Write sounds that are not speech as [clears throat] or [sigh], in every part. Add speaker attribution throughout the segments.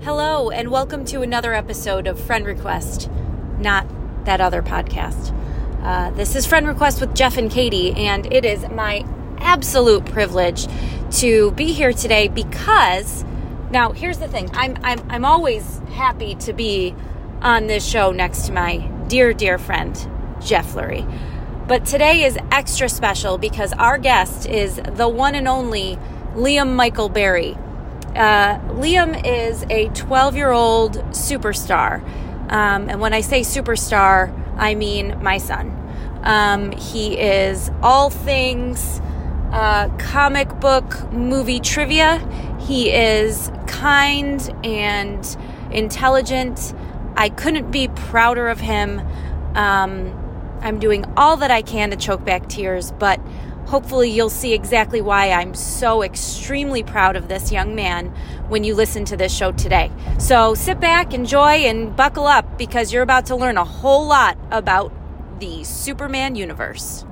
Speaker 1: Hello, and welcome to another episode of Friend Request, not that other podcast. Uh, this is Friend Request with Jeff and Katie, and it is my absolute privilege to be here today because now here's the thing I'm, I'm, I'm always happy to be on this show next to my dear, dear friend, Jeff Lurie. But today is extra special because our guest is the one and only Liam Michael Berry. Uh, Liam is a 12 year old superstar. Um, and when I say superstar, I mean my son. Um, he is all things uh, comic book movie trivia. He is kind and intelligent. I couldn't be prouder of him. Um, I'm doing all that I can to choke back tears, but hopefully you'll see exactly why I'm so extremely proud of this young man when you listen to this show today. So sit back, enjoy, and buckle up because you're about to learn a whole lot about the Superman universe.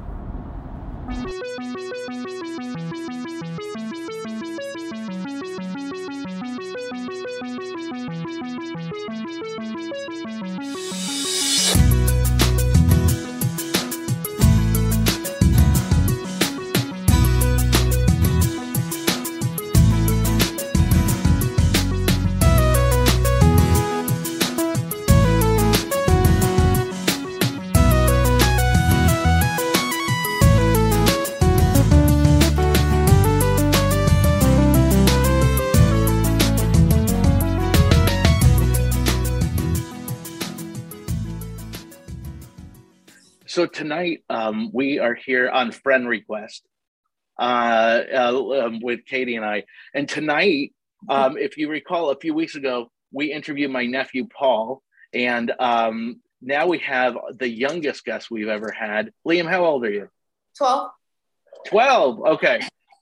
Speaker 2: So tonight um, we are here on friend request uh, uh, um, with Katie and I. And tonight, um, if you recall, a few weeks ago we interviewed my nephew Paul, and um, now we have the youngest guest we've ever had. Liam, how old are you?
Speaker 3: 12.
Speaker 2: 12 okay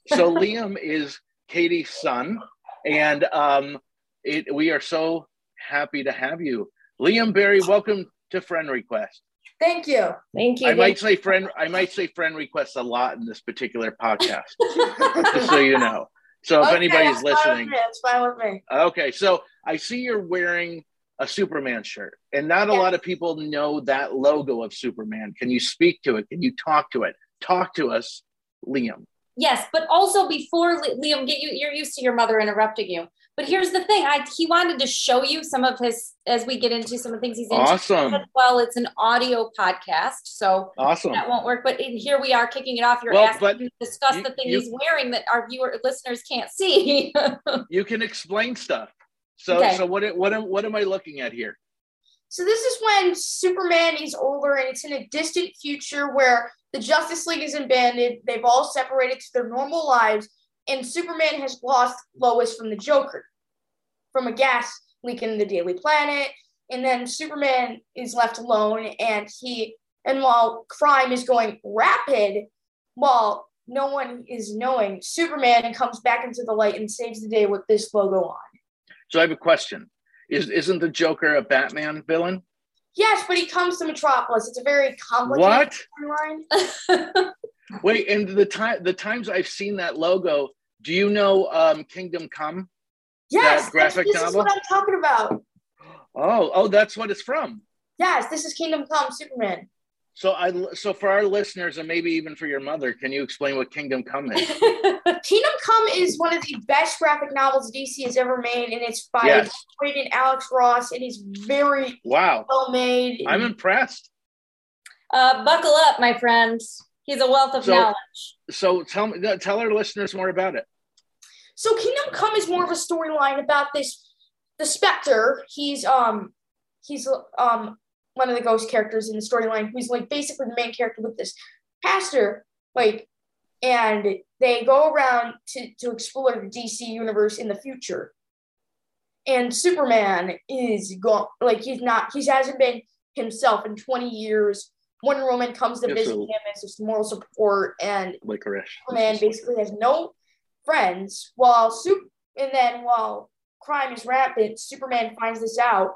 Speaker 2: so [laughs] liam is katie's son and um it we are so happy to have you liam barry welcome to friend request
Speaker 3: Thank you.
Speaker 4: Thank you.
Speaker 2: i might say friend i might say friend request a lot in this particular podcast
Speaker 4: [laughs]
Speaker 2: just so you know so if
Speaker 3: Okay,
Speaker 2: anybody's
Speaker 3: that's fine with
Speaker 2: listening
Speaker 3: me, That's fine with me.
Speaker 2: okay so i see you're wearing a superman shirt and not a
Speaker 3: Yeah.
Speaker 2: lot of people know that logo of superman can you speak to it can you talk to it talk to us liam
Speaker 4: Yes, but also before Li- Liam, get you. You're used to your mother interrupting [laughs] you. But here's the thing: I he wanted to show you some of his as we get into some of the things he's into.
Speaker 2: awesome
Speaker 4: Well, it's an audio podcast, so
Speaker 2: awesome
Speaker 4: that won't work. But in, here we are kicking it off. You're
Speaker 2: Well,
Speaker 4: asking
Speaker 2: but
Speaker 4: me to discuss
Speaker 2: you-
Speaker 4: the thing
Speaker 2: you-
Speaker 4: he's wearing that our viewer listeners can't see. [laughs]
Speaker 2: you can explain stuff. So
Speaker 4: Okay.
Speaker 2: so what am- what am, what am I looking at here?
Speaker 3: So this is when Superman is older and it's in a distant future where the Justice League is abandoned. They've all separated to their normal lives, and Superman has lost Lois from the Joker, from a gas leak in the Daily Planet. And then Superman is left alone, and he and while crime is going rapid, while no one is knowing, Superman comes back into the light and saves the day with this logo on.
Speaker 2: So I have a question. Is isn't the Joker a Batman villain?
Speaker 3: Yes, but he comes to Metropolis. It's a very complicated
Speaker 2: What?
Speaker 3: timeline.
Speaker 2: Wait, and the time the times I've seen that logo, do you know um Kingdom Come?
Speaker 3: Yes,
Speaker 2: That graphic
Speaker 3: this is
Speaker 2: novel?
Speaker 3: what I'm talking about.
Speaker 2: Oh, oh, that's what it's from.
Speaker 3: Yes, this is Kingdom Come Superman.
Speaker 2: So I so for our listeners and maybe even for your mother, can you explain what Kingdom Come
Speaker 3: [laughs]
Speaker 2: is?
Speaker 3: Kingdom Come is one of the best graphic novels DC has ever made, and it's by
Speaker 2: Yes.
Speaker 3: Boyd and Alex Ross. It is very
Speaker 2: Wow.
Speaker 3: well made.
Speaker 2: I'm impressed.
Speaker 4: uh, buckle up, my friends. He's a wealth of
Speaker 2: So-
Speaker 4: knowledge.
Speaker 2: So tell me tell our listeners more about it.
Speaker 3: So Kingdom Come is more of a storyline about this the Spectre. He's um he's um one of the ghost characters in the storyline who's like basically the main character with this pastor, like and they go around to, to explore the DC universe in the future. And Superman is gone like he's not he hasn't been himself in 20 years. Wonder Woman comes to
Speaker 2: Yes,
Speaker 3: visit
Speaker 2: so-
Speaker 3: him as his moral support and
Speaker 2: Licorice.
Speaker 3: Superman Oh, basically has no friends. While Sup- and then while crime is rampant, Superman finds this out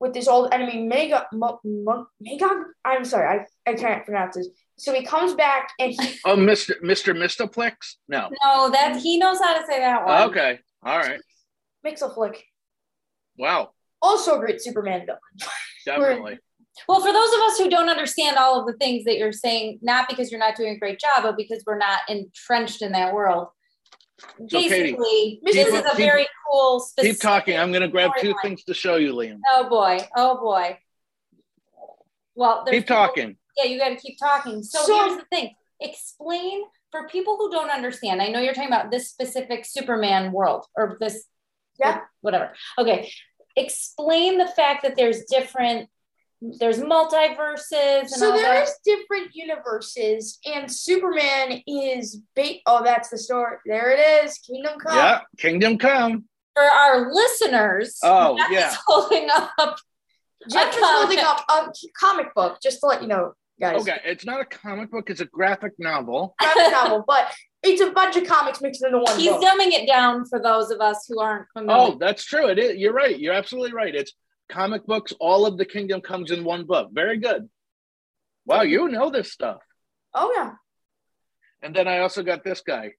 Speaker 3: with this old enemy Mega Mo- Mo- Magog. I'm sorry, I, I can't pronounce this. So he comes back and he [laughs]
Speaker 2: Oh, Mr. Mr. Mistoplex? No.
Speaker 3: Um,
Speaker 4: No, that he knows how to say that one.
Speaker 2: Okay. All right.
Speaker 3: makes a flick.
Speaker 2: Wow.
Speaker 3: Also a great Superman villain.
Speaker 2: Definitely.
Speaker 4: Well, for those of us who don't understand all of the things that you're saying, not because you're not doing a great job, but because we're not entrenched in that world.
Speaker 2: So, Katie,
Speaker 4: Basically,
Speaker 3: keep-
Speaker 4: this is a
Speaker 2: keep-
Speaker 4: very cool. Specific,
Speaker 2: Keep talking. I'm going to grab two
Speaker 4: storyline.
Speaker 2: things to show you, Liam.
Speaker 4: Oh boy! Oh boy! Well, there's
Speaker 2: Keep
Speaker 4: people-
Speaker 2: talking.
Speaker 4: yeah, you got to keep talking. So,
Speaker 3: So-
Speaker 4: here's the thing: explain for people who don't understand. I know you're talking about this specific Superman world or this,
Speaker 3: Yeah.
Speaker 4: whatever. Okay, explain the fact that there's different, there's multiverses. And
Speaker 3: So
Speaker 4: all that.
Speaker 3: there's different universes, and Superman is ba- oh, that's the story. There it is, Kingdom Come.
Speaker 2: Yeah. Kingdom come.
Speaker 4: for our listeners.
Speaker 2: Oh,
Speaker 4: Jeff
Speaker 2: yeah.
Speaker 4: is holding up.
Speaker 3: Jeff is holding up a um, comic book, just to let you know, guys.
Speaker 2: Okay. It's not a comic book, it's a graphic novel.
Speaker 3: Graphic novel, but it's a bunch of comics mixed into one
Speaker 4: He's
Speaker 3: book.
Speaker 4: dumbing it down for those of us who aren't familiar.
Speaker 2: Oh, that's true. It is. You're right. You're absolutely right. It's comic books. All of the kingdom comes in one book. Very good. Wow, you know this stuff.
Speaker 3: oh yeah.
Speaker 2: And then I also got this guy.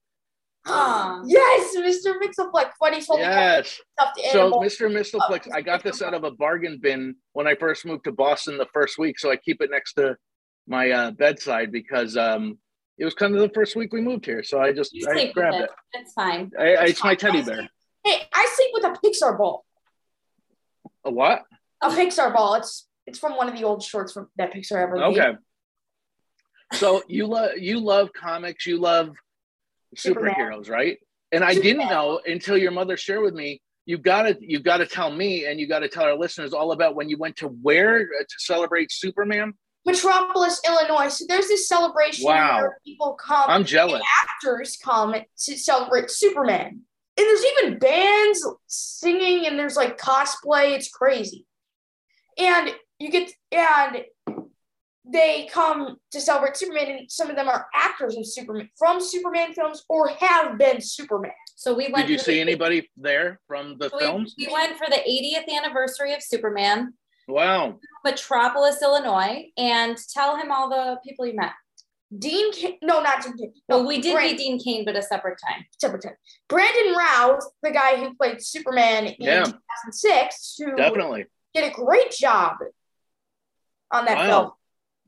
Speaker 4: Aw.
Speaker 3: Yes, Mr. Mixoplex, when he's
Speaker 4: Oh,
Speaker 3: holding up
Speaker 2: Yes.
Speaker 3: stuffed
Speaker 2: So,
Speaker 3: animal.
Speaker 2: Mr. Mistleplex, I got this out of a bargain bin when I first moved to Boston the first week. So I keep it next to my uh, bedside because um, it was kind of the first week we moved here. So I just
Speaker 4: You
Speaker 2: I
Speaker 4: sleep with
Speaker 2: grabbed
Speaker 4: it.
Speaker 2: it.
Speaker 4: That's fine.
Speaker 2: I, I, it's my teddy bear.
Speaker 3: hey, I sleep with a Pixar ball.
Speaker 2: A what?
Speaker 3: A Pixar ball. It's it's from one of the old shorts from that Pixar ever made.
Speaker 2: Okay. So you love you love comics, you love
Speaker 3: Superman.
Speaker 2: superheroes, right? And I didn't know until your mother shared with me. You gotta you gotta tell me and you gotta tell our listeners all about when you went to where uh, to celebrate Superman.
Speaker 3: Metropolis, Illinois. So there's this celebration
Speaker 2: Wow.
Speaker 3: where people come.
Speaker 2: I'm jealous.
Speaker 3: actors come to celebrate Superman. And there's even bands singing and there's like cosplay. It's crazy. And you get, and they come to celebrate Superman, and some of them are actors in Superman from Superman films or have been Superman.
Speaker 4: So we went.
Speaker 2: Did you
Speaker 4: for
Speaker 2: see
Speaker 4: the-
Speaker 2: anybody there from the
Speaker 4: so we-
Speaker 2: films?
Speaker 4: we went for the 80th anniversary of Superman,
Speaker 2: Wow.
Speaker 4: Metropolis, Illinois, and tell him all the people you met.
Speaker 3: Dean, Ca- no, not Dean. Cain. No,
Speaker 4: Well, we did
Speaker 3: Brandon,
Speaker 4: meet Dean Kane, but a separate time.
Speaker 3: separate time. Brandon Routh, the guy who played Superman in
Speaker 2: Yeah.
Speaker 3: 2006, who
Speaker 2: Definitely.
Speaker 3: did a great job on that
Speaker 2: Wow.
Speaker 3: film.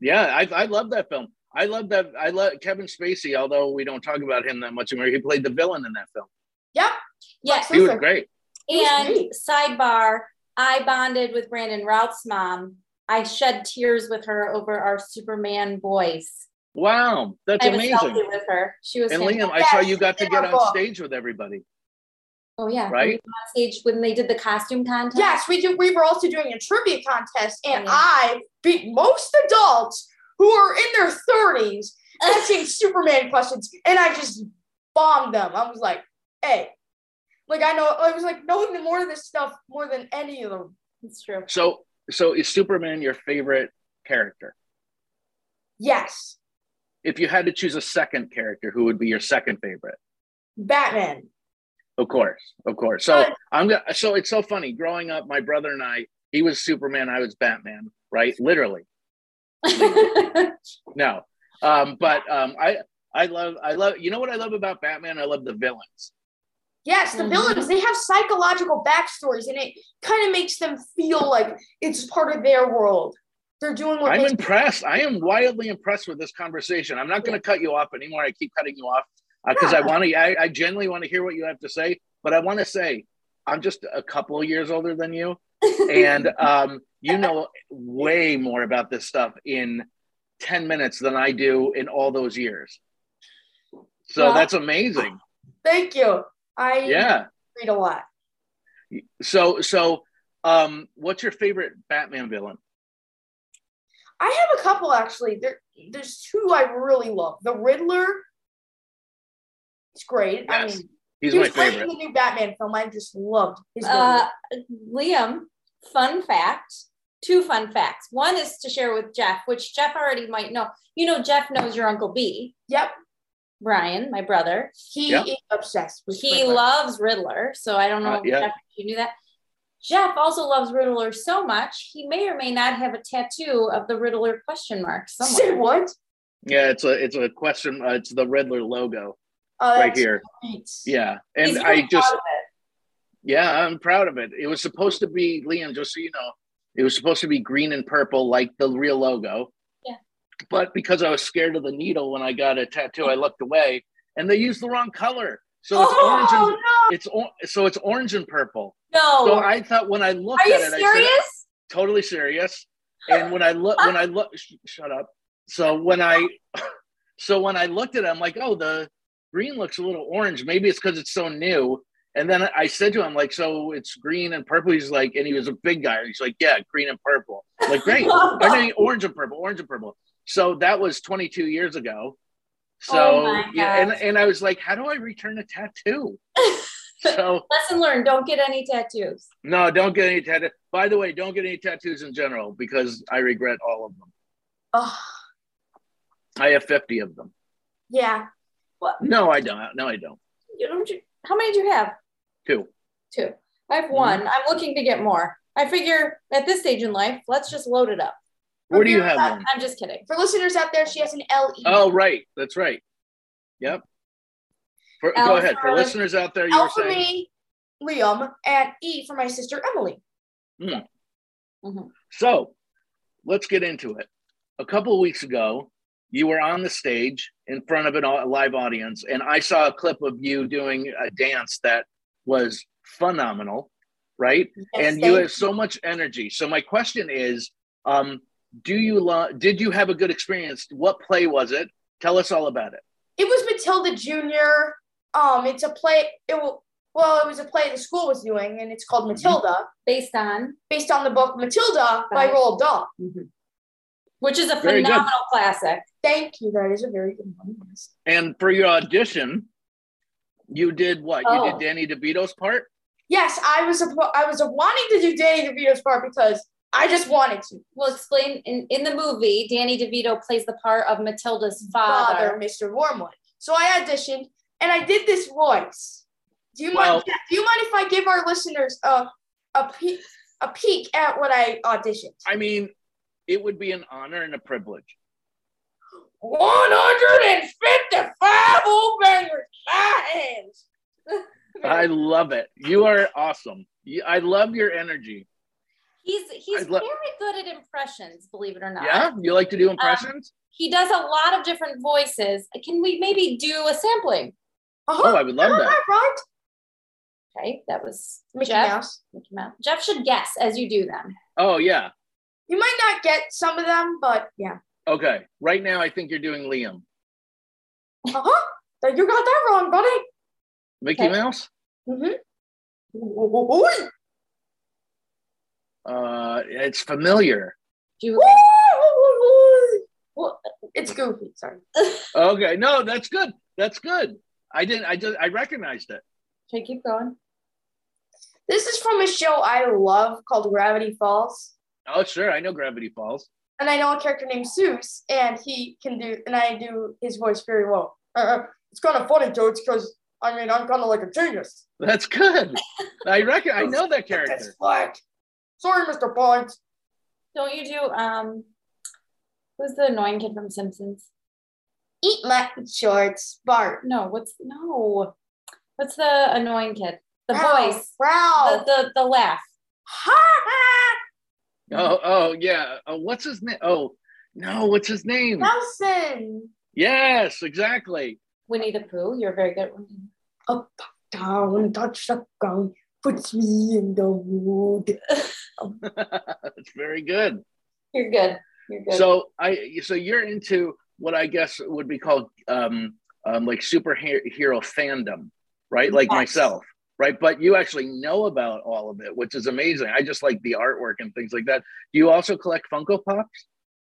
Speaker 2: Yeah, I, I love that film. I love that. I love Kevin Spacey, although we don't talk about him that much anymore. He played the villain in that film.
Speaker 4: Yeah,
Speaker 2: He was
Speaker 3: Perfect.
Speaker 2: great.
Speaker 3: was
Speaker 4: And
Speaker 3: great.
Speaker 4: sidebar, I bonded with Brandon Routh's mom. I shed tears with her over our Superman boys.
Speaker 2: Wow. That's
Speaker 4: I was
Speaker 2: amazing.
Speaker 4: selfie with her. She was
Speaker 2: And
Speaker 4: fantastic.
Speaker 2: Liam, I saw you got to
Speaker 3: in
Speaker 2: get
Speaker 3: our
Speaker 2: on
Speaker 3: book.
Speaker 2: stage with everybody.
Speaker 4: Oh yeah,
Speaker 2: Right?
Speaker 4: We were on stage when they did the costume contest.
Speaker 3: Yes, we do. We were also doing a trivia contest, and
Speaker 4: Yeah.
Speaker 3: I beat most adults who are in their thirties asking Superman questions, and I just bombed them. I was like, "Hey, like I know." I was like knowing the more of this stuff more than any of them.
Speaker 4: it's true. [laughs]
Speaker 2: So, so is Superman your favorite character?
Speaker 3: Yes,
Speaker 2: If you had to choose a second character, who would be your second favorite?
Speaker 3: Batman.
Speaker 2: Of course, of course. So
Speaker 3: But-
Speaker 2: I'm gonna. So it's so funny. Growing up, my brother and I, he was Superman, I was Batman, right? Literally. No, um, but um, I I love I love. You know what I love about Batman? I love the villains.
Speaker 3: Yes, the
Speaker 4: Mhm.
Speaker 3: villains they have psychological backstories, and it kind of makes them feel like it's part of their world. They're doing what
Speaker 2: I'm
Speaker 3: makes
Speaker 2: impressed. I am wildly impressed with this conversation. I'm not going to cut you off anymore. I keep cutting you off because I
Speaker 3: Yeah.
Speaker 2: want to. I, I genuinely want to hear what you have to say. But I want to say, I'm just a couple of years older than you, and um, you know way more about this stuff in ten minutes than I do in all those years. So
Speaker 4: Well-
Speaker 2: that's amazing.
Speaker 3: Thank you. I
Speaker 2: Yeah.
Speaker 3: read a lot.
Speaker 2: So so um what's your favorite Batman villain?
Speaker 3: I have a couple actually. There, there's two I really love. The Riddler. It's great. I
Speaker 2: Yes,
Speaker 3: mean,
Speaker 2: He's
Speaker 3: he
Speaker 2: my
Speaker 3: was great in
Speaker 2: favorite.
Speaker 3: the new Batman film. I just loved his.
Speaker 4: uh,
Speaker 3: Riddler.
Speaker 4: Liam, fun fact. Two fun facts. One is to share with Jeff, which Jeff already might know. You know, Jeff knows your Uncle B,
Speaker 3: yep,
Speaker 4: Brian, my brother.
Speaker 3: he
Speaker 2: Yeah.
Speaker 3: is obsessed with.
Speaker 4: He
Speaker 3: Riddler.
Speaker 4: loves Riddler. So I don't know
Speaker 2: Uh,
Speaker 4: if
Speaker 2: yeah.
Speaker 4: Jeff, if you knew that. Jeff also loves Riddler so much, he may or may not have a tattoo of the Riddler question
Speaker 3: [laughs]
Speaker 4: mark
Speaker 3: Say
Speaker 4: somewhere.
Speaker 3: what?
Speaker 2: Yeah, it's a it's a question uh, it's the Riddler logo
Speaker 3: Uh,
Speaker 2: right here.
Speaker 3: Beats.
Speaker 2: Yeah.
Speaker 4: He's
Speaker 2: And
Speaker 4: really
Speaker 2: I just
Speaker 4: proud of
Speaker 2: Yeah, I'm proud of it. It was supposed to be Liam, just so you know, it was supposed to be green and purple, like the real logo.
Speaker 4: Yeah.
Speaker 2: But because I was scared of the needle when I got a tattoo, I looked away, and they used the wrong color. So it's orange.
Speaker 3: oh
Speaker 2: And,
Speaker 3: no!
Speaker 2: it's or, so it's orange and purple.
Speaker 4: No.
Speaker 2: So I thought when I looked
Speaker 4: Oh. Are you
Speaker 2: at it, I said,
Speaker 4: serious?
Speaker 2: totally serious. And when I look, when I look, sh- shut up. So when I, [laughs] so when I looked at it, I'm like, oh, the green looks a little orange. Maybe it's because it's so new. And then I said to him, like, so it's green and purple. He's like, and he was a big guy. He's like, yeah, green and purple. I'm like,
Speaker 4: [laughs]
Speaker 2: great. I mean, orange and purple, orange and purple. So that was 22 years ago. So
Speaker 4: Oh my
Speaker 2: yeah, and,
Speaker 4: gosh.
Speaker 2: and I was like, how do I return a
Speaker 4: [laughs]
Speaker 2: tattoo? so
Speaker 4: Lesson learned: don't get any tattoos.
Speaker 2: no, don't get any tattoos. By the way, don't get any tattoos in general because I regret all of them.
Speaker 3: Ugh,
Speaker 2: I have 50 of them.
Speaker 3: yeah.
Speaker 2: No, I don't. No, I don't.
Speaker 4: You don't. You, how many do you have?
Speaker 2: Two.
Speaker 4: Two. I have one. I'm looking to get more. I figure at this stage in life, let's just load it up.
Speaker 2: Where do you have one?
Speaker 4: I'm just kidding.
Speaker 3: For listeners out there, she has an L E.
Speaker 2: Oh, right. That's right. Yep. For, go
Speaker 4: Alpha-
Speaker 2: ahead. For listeners out there, you
Speaker 3: L
Speaker 2: were
Speaker 3: for
Speaker 2: saying.
Speaker 3: me, Liam, and E for my sister Emily.
Speaker 2: So let's get into it. A couple of weeks ago, you were on the stage in front of an au- a live audience, and I saw a clip of you doing a dance that was phenomenal, right?
Speaker 3: Yes,
Speaker 2: and you
Speaker 3: thank-
Speaker 2: have so much energy. So my question is, um, do you lo- did you have a good experience? What play was it? Tell us all about it.
Speaker 3: it was Matilda Junior. Um, it's a play. It wa- well, it was a play the school was doing, and it's called
Speaker 2: Mm-hmm.
Speaker 3: Matilda,
Speaker 4: Based on,
Speaker 3: based on the book Matilda by
Speaker 4: Right.
Speaker 3: Roald Dahl.
Speaker 4: which is a
Speaker 2: Very good.
Speaker 4: phenomenal classic.
Speaker 3: Thank you. That is a very good one. yes.
Speaker 2: And for your audition, you did what? You
Speaker 4: Oh.
Speaker 2: did Danny DeVito's part.
Speaker 3: Yes, I was. A, I was a wanting to do Danny DeVito's part because I just wanted to.
Speaker 4: We'll explain in, in the movie. Danny DeVito plays the part of Matilda's
Speaker 3: Father,
Speaker 4: father.
Speaker 3: Mr. Wormwood. So I auditioned, and I did this voice. Do you
Speaker 2: Well-
Speaker 3: mind? yeah, Do you mind if I give our listeners a a peek, a peek at what I auditioned?
Speaker 2: I mean, it would be an honor and a privilege.
Speaker 3: 155 old bangers. My hands.
Speaker 2: I love it. You are awesome. You- I love your energy.
Speaker 4: He's he's
Speaker 2: I'd lo-
Speaker 4: very good at impressions, believe it or not.
Speaker 2: Yeah, you like to do impressions?
Speaker 4: He does a lot of different voices. Can we maybe do a sampling?
Speaker 2: oh, I would love that.
Speaker 3: Uh-huh. right?
Speaker 4: Okay, that was
Speaker 3: Mickey
Speaker 4: Jeff.
Speaker 3: Mouse.
Speaker 4: Mickey Mouse. Jeff should guess as you do them.
Speaker 2: Oh yeah.
Speaker 3: You might not get some of them, but yeah.
Speaker 2: Okay. Right now, I think you're doing Liam,
Speaker 3: Uh huh. You got that wrong, buddy.
Speaker 2: Mickey
Speaker 4: Okay.
Speaker 2: Mouse.
Speaker 3: Ooh,
Speaker 2: Uh, it's familiar.
Speaker 4: Do you-
Speaker 3: ooh, ooh. It's goofy. Sorry.
Speaker 2: Okay. No, that's good. That's good. I didn't. I just. I recognized it.
Speaker 4: Okay, keep going.
Speaker 3: This is from a show I love called Gravity Falls.
Speaker 2: Oh sure, I know Gravity Falls.
Speaker 3: and I know a character named Seuss, and he can do, and I do his voice very well. Uh, it's kind of funny, dudes, because I mean, I'm kind of like a genius.
Speaker 2: That's good. I reckon. I know that character.
Speaker 3: That's like, sorry, Mr. Barnes.
Speaker 4: Don't you do um who's the annoying kid from Simpsons?
Speaker 3: Eat my shorts, Bart.
Speaker 4: No, what's no. What's the annoying kid? The
Speaker 3: Ralph,
Speaker 4: voice. The,
Speaker 3: Ralph.
Speaker 4: the the laugh.
Speaker 2: Oh oh yeah. Oh, what's his name? Oh no, what's his name?
Speaker 3: Nelson.
Speaker 2: Yes, exactly. [laughs]
Speaker 4: Winnie the Pooh. You're a very good one.
Speaker 3: Up, down, touch the ground, puts me in the mood.
Speaker 2: That's very good.
Speaker 4: You're good. You're good.
Speaker 2: So I so you're into what I guess would be called um, um like superhero fandom, right? Like
Speaker 4: Yes.
Speaker 2: myself, right? But you actually know about all of it, which is amazing. I just like the artwork and things like that. Do you also collect Funko Pops?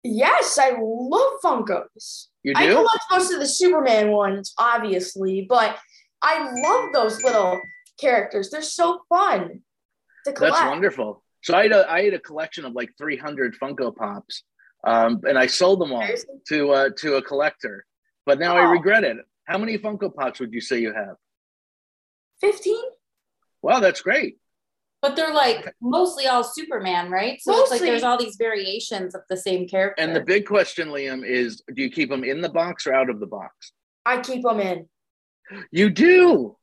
Speaker 3: Yes, I love Funkos.
Speaker 2: You
Speaker 3: I
Speaker 2: do?
Speaker 3: collect most of the Superman ones, obviously, but I love those little characters. They're so fun to collect.
Speaker 2: That's wonderful. So I had a, I had a collection of like 300 Funko Pops, um, and I sold them all
Speaker 3: Seriously?
Speaker 2: to uh, to a collector. But now I
Speaker 3: Oh.
Speaker 2: regret it. How many Funko Pops would you say you have?
Speaker 3: 15?
Speaker 2: Wow, that's great.
Speaker 4: but they're like mostly all Superman, right? So it's like
Speaker 3: Mostly.
Speaker 4: there's all these variations of the same character.
Speaker 2: And the big question, Liam, is do you keep them in the box or out of the box?
Speaker 3: I keep them in.
Speaker 2: You do.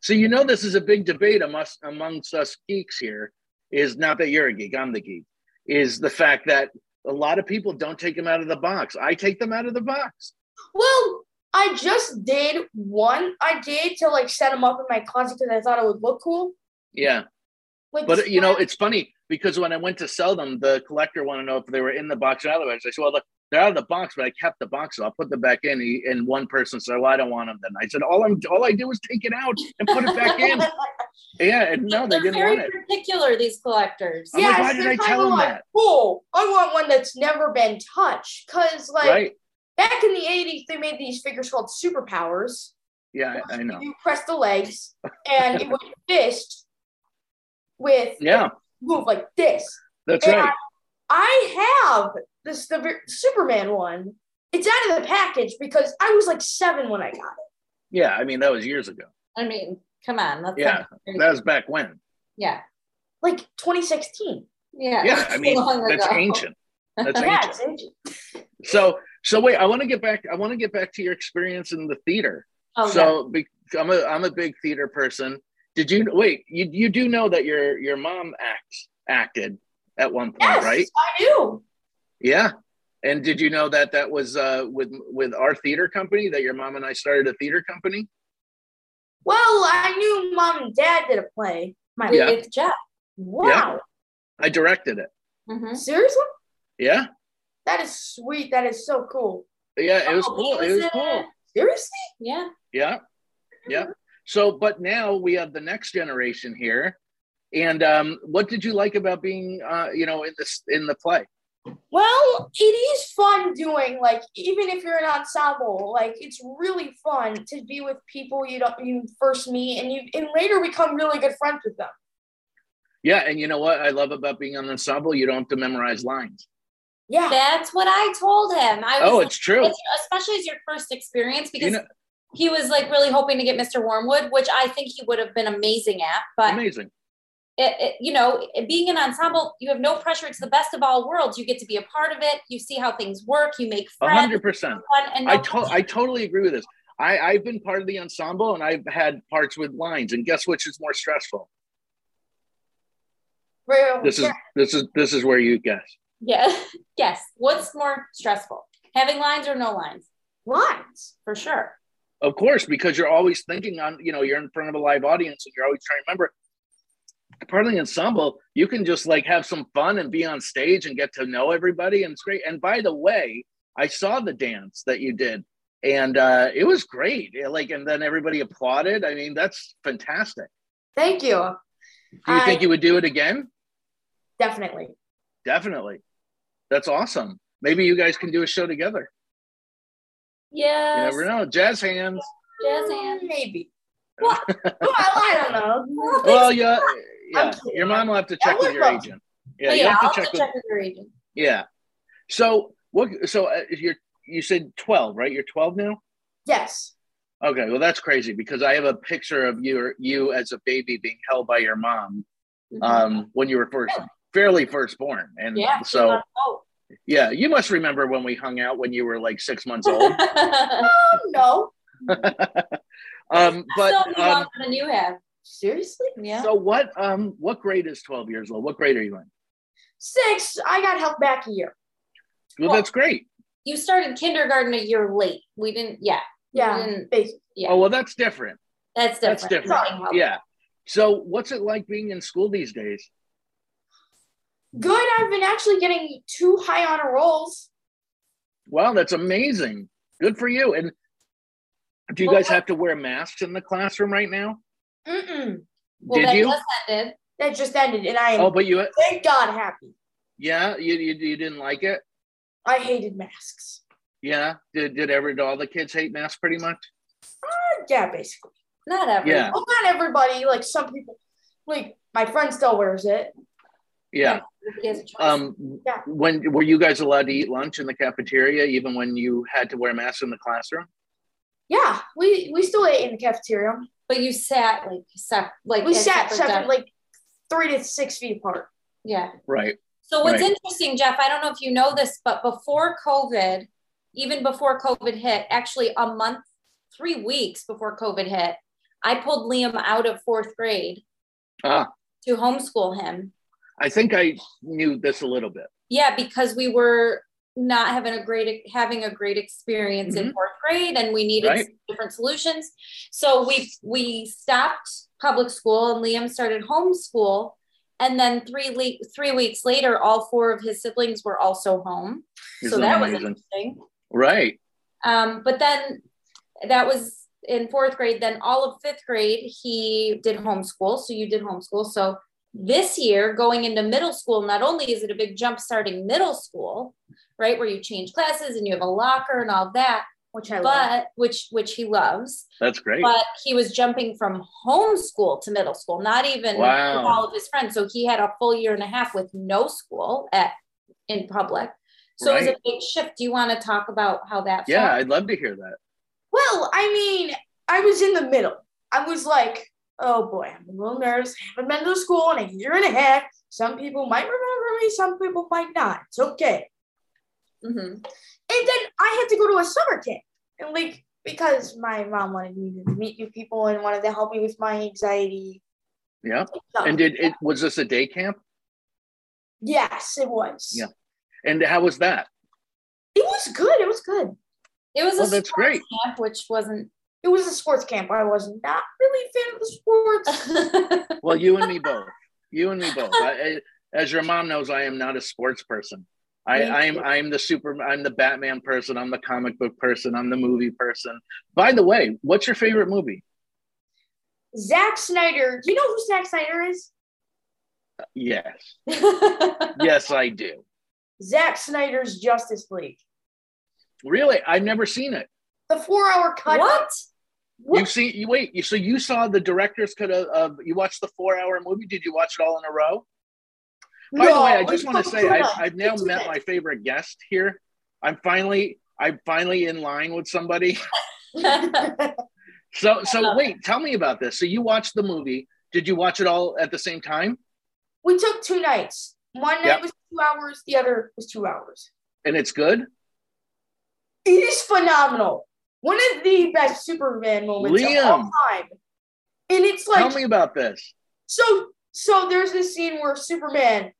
Speaker 2: So you know this is a big debate amongst amongst us geeks here. Is not that you're a geek, I'm the geek. Is the fact that a lot of people don't take them out of the box. I take them out of the box.
Speaker 3: Well, I just did one. I did to like set them up in my closet because I thought it would look cool.
Speaker 2: Yeah,
Speaker 3: Like,
Speaker 2: but you know it's funny because when I went to sell them, the collector wanted to know if they were in the box or otherwise. I said, "Well, look, they're out of the box, but I kept the box. So I'll put them back in." He, and one person said, "Well, I don't want them." Then I said, "All I'm all I do is take it out and put it back
Speaker 4: [laughs]
Speaker 2: in." yeah, and no, they
Speaker 4: They're
Speaker 2: didn't
Speaker 4: very
Speaker 2: want it.
Speaker 4: particular, these collectors.
Speaker 2: I'm like, why did
Speaker 3: they're
Speaker 2: I
Speaker 3: kind
Speaker 2: tell
Speaker 3: of
Speaker 2: him
Speaker 3: like,
Speaker 2: that?
Speaker 3: Cool. I want one that's never been touched. Cause like
Speaker 2: right?
Speaker 3: back in the '80s, they made these figures called superpowers.
Speaker 2: Yeah, I, I know.
Speaker 3: You press the legs, and it was a fist with
Speaker 2: Yeah,
Speaker 3: move like this.
Speaker 2: that's
Speaker 3: And
Speaker 2: right.
Speaker 3: I have this the ver- Superman one. It's out of the package because I was like seven when I got it.
Speaker 2: Yeah, I mean that was years ago.
Speaker 4: I mean, come on. That's
Speaker 2: Yeah, that was back when.
Speaker 4: yeah.
Speaker 3: Like 2016.
Speaker 4: Yeah.
Speaker 2: Yeah, I mean
Speaker 4: Long
Speaker 2: that's
Speaker 4: ago.
Speaker 2: ancient.
Speaker 4: [laughs]
Speaker 2: That's
Speaker 3: yeah,
Speaker 2: ancient.
Speaker 3: it's ancient.
Speaker 2: So, so wait, I want to get back. I want to get back to your experience in the theater.
Speaker 4: Oh, yeah.
Speaker 2: so be, I'm a I'm a big theater person. Did you wait? You you do know that your your mom acts acted at one point,
Speaker 3: Yes,
Speaker 2: right?
Speaker 3: I do.
Speaker 2: Yeah. And did you know that that was uh, with with our theater company that your mom and I started a theater company?
Speaker 3: Well, I knew mom and dad did a play. My
Speaker 2: Yeah.
Speaker 4: With Jeff.
Speaker 3: wow,
Speaker 2: I directed it.
Speaker 4: Mhm.
Speaker 3: seriously?
Speaker 2: Yeah,
Speaker 3: That is sweet. That is so cool.
Speaker 2: yeah, it was
Speaker 4: Oh,
Speaker 2: cool.
Speaker 4: he
Speaker 2: It was
Speaker 4: in
Speaker 2: cool.
Speaker 3: Seriously?
Speaker 4: Yeah.
Speaker 2: Yeah. Yeah. So, but now we have the next generation here. And um, what did you like about being, uh, you know, in this in the play?
Speaker 3: Well, it is fun doing like even if you're an ensemble, like it's really fun to be with people you don't you first meet and you and later become really good friends with them.
Speaker 2: Yeah, and you know what I love about being on an ensemble? You don't have to memorize lines.
Speaker 3: Yeah.
Speaker 4: That's what I told him. I was
Speaker 2: Oh,
Speaker 4: like,
Speaker 2: it's true.
Speaker 4: It's- especially as your first experience because
Speaker 2: You know,
Speaker 4: he was like really hoping to get Mr. Wormwood, which I think he would have been amazing at. But
Speaker 2: amazing.
Speaker 4: it, it- you know, it- being an ensemble, you have no pressure. It's the best of all worlds. You get to be a part of it. You see how things work. You make
Speaker 2: A
Speaker 4: friends.
Speaker 2: hundred percent.
Speaker 4: Fun and
Speaker 2: I
Speaker 4: no
Speaker 2: to- I totally agree with this. I, I've been part of the ensemble and I've had parts with lines. And guess which is more stressful?
Speaker 3: Real.
Speaker 2: This is
Speaker 3: yeah.
Speaker 2: this is this is where you guess.
Speaker 4: yeah. [laughs] yes. What's more stressful, having lines or no lines?
Speaker 3: lines.
Speaker 4: For sure.
Speaker 2: Of course, because you're always thinking on, you know, you're in front of a live audience and you're always trying to remember. Part of the ensemble, you can just like have some fun and be on stage and get to know everybody, and it's great. And by the way, I saw the dance that you did, and uh, it was great. Yeah, Like, and then everybody applauded. I mean, that's fantastic.
Speaker 3: Thank you.
Speaker 2: Do you
Speaker 3: I-
Speaker 2: think you would do it again?
Speaker 3: Definitely.
Speaker 2: Definitely. That's awesome. Maybe you guys can do a show together. You
Speaker 4: Yes.
Speaker 2: never know. Jazz hands.
Speaker 4: Jazz hands.
Speaker 3: Mm, Maybe. Well,
Speaker 2: Well-
Speaker 3: well, I don't know.
Speaker 2: Well, yeah, yeah.
Speaker 3: kidding.
Speaker 2: Your mom will have to
Speaker 3: I
Speaker 2: check with
Speaker 3: would
Speaker 2: your
Speaker 3: love-
Speaker 2: agent.
Speaker 4: But
Speaker 2: Yeah, you have
Speaker 4: I'll
Speaker 2: to check with
Speaker 4: check with your agent. [laughs]
Speaker 2: Yeah. So what? So uh, you're you said twelve, right? You're twelve now.
Speaker 3: Yes.
Speaker 2: Okay. Well, that's crazy because I have a picture of you you as a baby being held by your mom um, when you were first fairly firstborn, and
Speaker 4: Mm-hmm. Yeah, she
Speaker 2: so
Speaker 4: loves- oh.
Speaker 2: yeah, you must remember when we hung out when you were like six months old.
Speaker 3: Oh no.
Speaker 4: [laughs]
Speaker 2: um, but
Speaker 4: so much
Speaker 2: um,
Speaker 4: longer than you have.
Speaker 3: Seriously?
Speaker 4: Yeah.
Speaker 2: so what? Um, what grade is twelve years old? What grade are you in?
Speaker 3: Six. I got help back a year.
Speaker 2: Well,
Speaker 4: Well,
Speaker 2: that's great.
Speaker 4: you started kindergarten a year late. We didn't. Yeah. We
Speaker 3: Yeah.
Speaker 4: didn't-
Speaker 3: Basically.
Speaker 4: yeah.
Speaker 2: Oh well, that's different.
Speaker 4: that's different.
Speaker 2: That's different.
Speaker 4: Something
Speaker 2: Yeah. So what's it like being in school these days?
Speaker 3: Good. I've been actually getting two high honor rolls.
Speaker 2: Wow, that's amazing. Good for you. And do you
Speaker 4: Well,
Speaker 2: guys
Speaker 4: what-
Speaker 2: have to wear masks in the classroom right now?
Speaker 3: Mm-mm.
Speaker 4: Well,
Speaker 2: Did
Speaker 4: that
Speaker 2: you?
Speaker 4: just ended.
Speaker 3: That just ended, and I am
Speaker 2: Oh, but you,
Speaker 3: thank God happy.
Speaker 2: yeah, you, you, you didn't like it.
Speaker 3: I hated masks.
Speaker 2: Yeah. Did, did ever, did all the kids hate masks pretty much?
Speaker 3: Yeah, basically.
Speaker 4: Not ever.
Speaker 2: Yeah.
Speaker 3: Well, not everybody. Like some people. Like my friend still wears it.
Speaker 2: Yeah.
Speaker 4: Nobody has a choice.
Speaker 2: Um,
Speaker 3: Yeah.
Speaker 2: when were you guys allowed to eat lunch in the cafeteria, even when you had to wear masks in the classroom?
Speaker 3: Yeah, we we still ate in the cafeteria.
Speaker 4: but you sat like sep- like
Speaker 3: We
Speaker 4: at
Speaker 3: sat
Speaker 4: separate
Speaker 3: separate,
Speaker 4: desks.
Speaker 3: like three to six feet apart.
Speaker 4: yeah.
Speaker 2: Right.
Speaker 4: So what's
Speaker 2: Right.
Speaker 4: interesting, Jeff? I don't know if you know this, but before COVID, even before COVID hit, actually a month, three weeks before COVID hit, I pulled Liam out of fourth grade
Speaker 2: Ah.
Speaker 4: to homeschool him.
Speaker 2: I think I knew this a little bit.
Speaker 4: Yeah, because we were not having a great having a great experience in fourth grade, and we needed
Speaker 2: Right.
Speaker 4: different solutions. So we we stopped public school, and Liam started homeschool. And then three le- three weeks later, all four of his siblings were also home. so
Speaker 2: Isn't
Speaker 4: that
Speaker 2: that
Speaker 4: was
Speaker 2: amazing?
Speaker 4: interesting.
Speaker 2: Right.
Speaker 4: Um, but then that was in fourth grade. Then all of fifth grade, he did homeschool. So you did homeschool. So this year, going into middle school, not only is it a big jump starting middle school, right, where you change classes and you have a locker and all that,
Speaker 3: which I love.
Speaker 4: but which which he loves.
Speaker 2: That's great.
Speaker 4: But he was jumping from homeschool to middle school, not even
Speaker 2: Wow.
Speaker 4: with all of his friends. So he had a full year and a half with no school at in public. So it was a big shift. Do you want to talk about how that felt?
Speaker 2: yeah, I'd love to hear that.
Speaker 3: Well, I mean, I was in the middle. I was like, oh boy, I'm a little nervous. I haven't been to school in a year and a half. Some people might remember me, some people might not. It's okay.
Speaker 4: hmm
Speaker 3: And then I had to go to a summer camp. And like, because my mom wanted me to meet new people and wanted to help me with my anxiety.
Speaker 2: Yeah.
Speaker 3: stuff.
Speaker 2: And did it was this a day camp?
Speaker 3: Yes, it was.
Speaker 2: Yeah. And how was that?
Speaker 3: It was good. It was good.
Speaker 4: It was
Speaker 2: Oh,
Speaker 4: a
Speaker 2: that's
Speaker 4: sports
Speaker 2: great.
Speaker 4: camp, which wasn't. [laughs]
Speaker 3: It was a sports camp. I was not really a fan of the sports.
Speaker 2: Well, you and me both. You and me both. I, I- as your mom knows, I am not a sports person. I,
Speaker 4: Me
Speaker 2: I'm
Speaker 4: too.
Speaker 2: I'm the super I'm the Batman person. I'm the comic book person. I'm the movie person. By the way, what's your favorite movie?
Speaker 3: Zack Snyder. Do you know who Zack Snyder is?
Speaker 2: Yes, yes, I do.
Speaker 3: Zack Snyder's Justice League.
Speaker 2: Really, I've never seen it.
Speaker 3: The four hour cut.
Speaker 4: what?
Speaker 2: You've seen you wait. You, so you saw the director's cut of, of you watched the four hour movie. Did you watch it all in a row? By the way, I just want to say I've, I've now met my favorite guest here. I'm finally I'm finally in line with somebody. So so
Speaker 4: love
Speaker 2: wait, tell me about this. So you watched the movie. Did you watch it all at the same time?
Speaker 3: We took two nights. One night
Speaker 2: Yep.
Speaker 3: was two hours, the other was two hours.
Speaker 2: And it's good.
Speaker 3: It is phenomenal. One of the best Superman moments of all
Speaker 2: Liam.
Speaker 3: time. And it's like
Speaker 2: tell me about this.
Speaker 3: So so there's this scene where Superman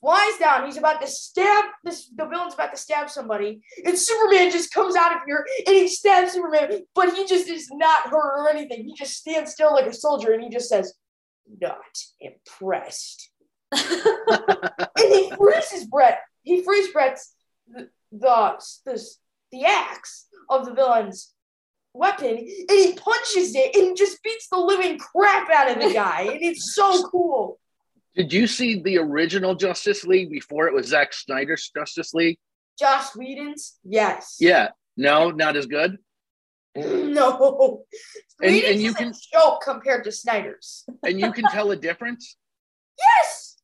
Speaker 3: flies down. He's about to stab this. The villain's about to stab somebody, and Superman just comes out of here and he stabs Superman, but he just is not hurt or anything. He just stands still like a soldier, and he just says, "Not impressed." [laughs] and he freezes Brett. He frees Brett's the the the, the axe of the villain's weapon, and he punches it and just beats the living crap out of
Speaker 2: [laughs]
Speaker 3: the guy. and it's so cool.
Speaker 2: Did you see the original Justice League before it was Zack Snyder's Justice League?
Speaker 3: Josh Whedon's, yes,
Speaker 2: Yeah. No, not as good.
Speaker 3: [laughs] no,
Speaker 2: And-
Speaker 3: Whedon's
Speaker 2: and you
Speaker 3: is a
Speaker 2: can-
Speaker 3: joke compared to Snyder's.
Speaker 2: And you can tell a difference.
Speaker 3: Yes,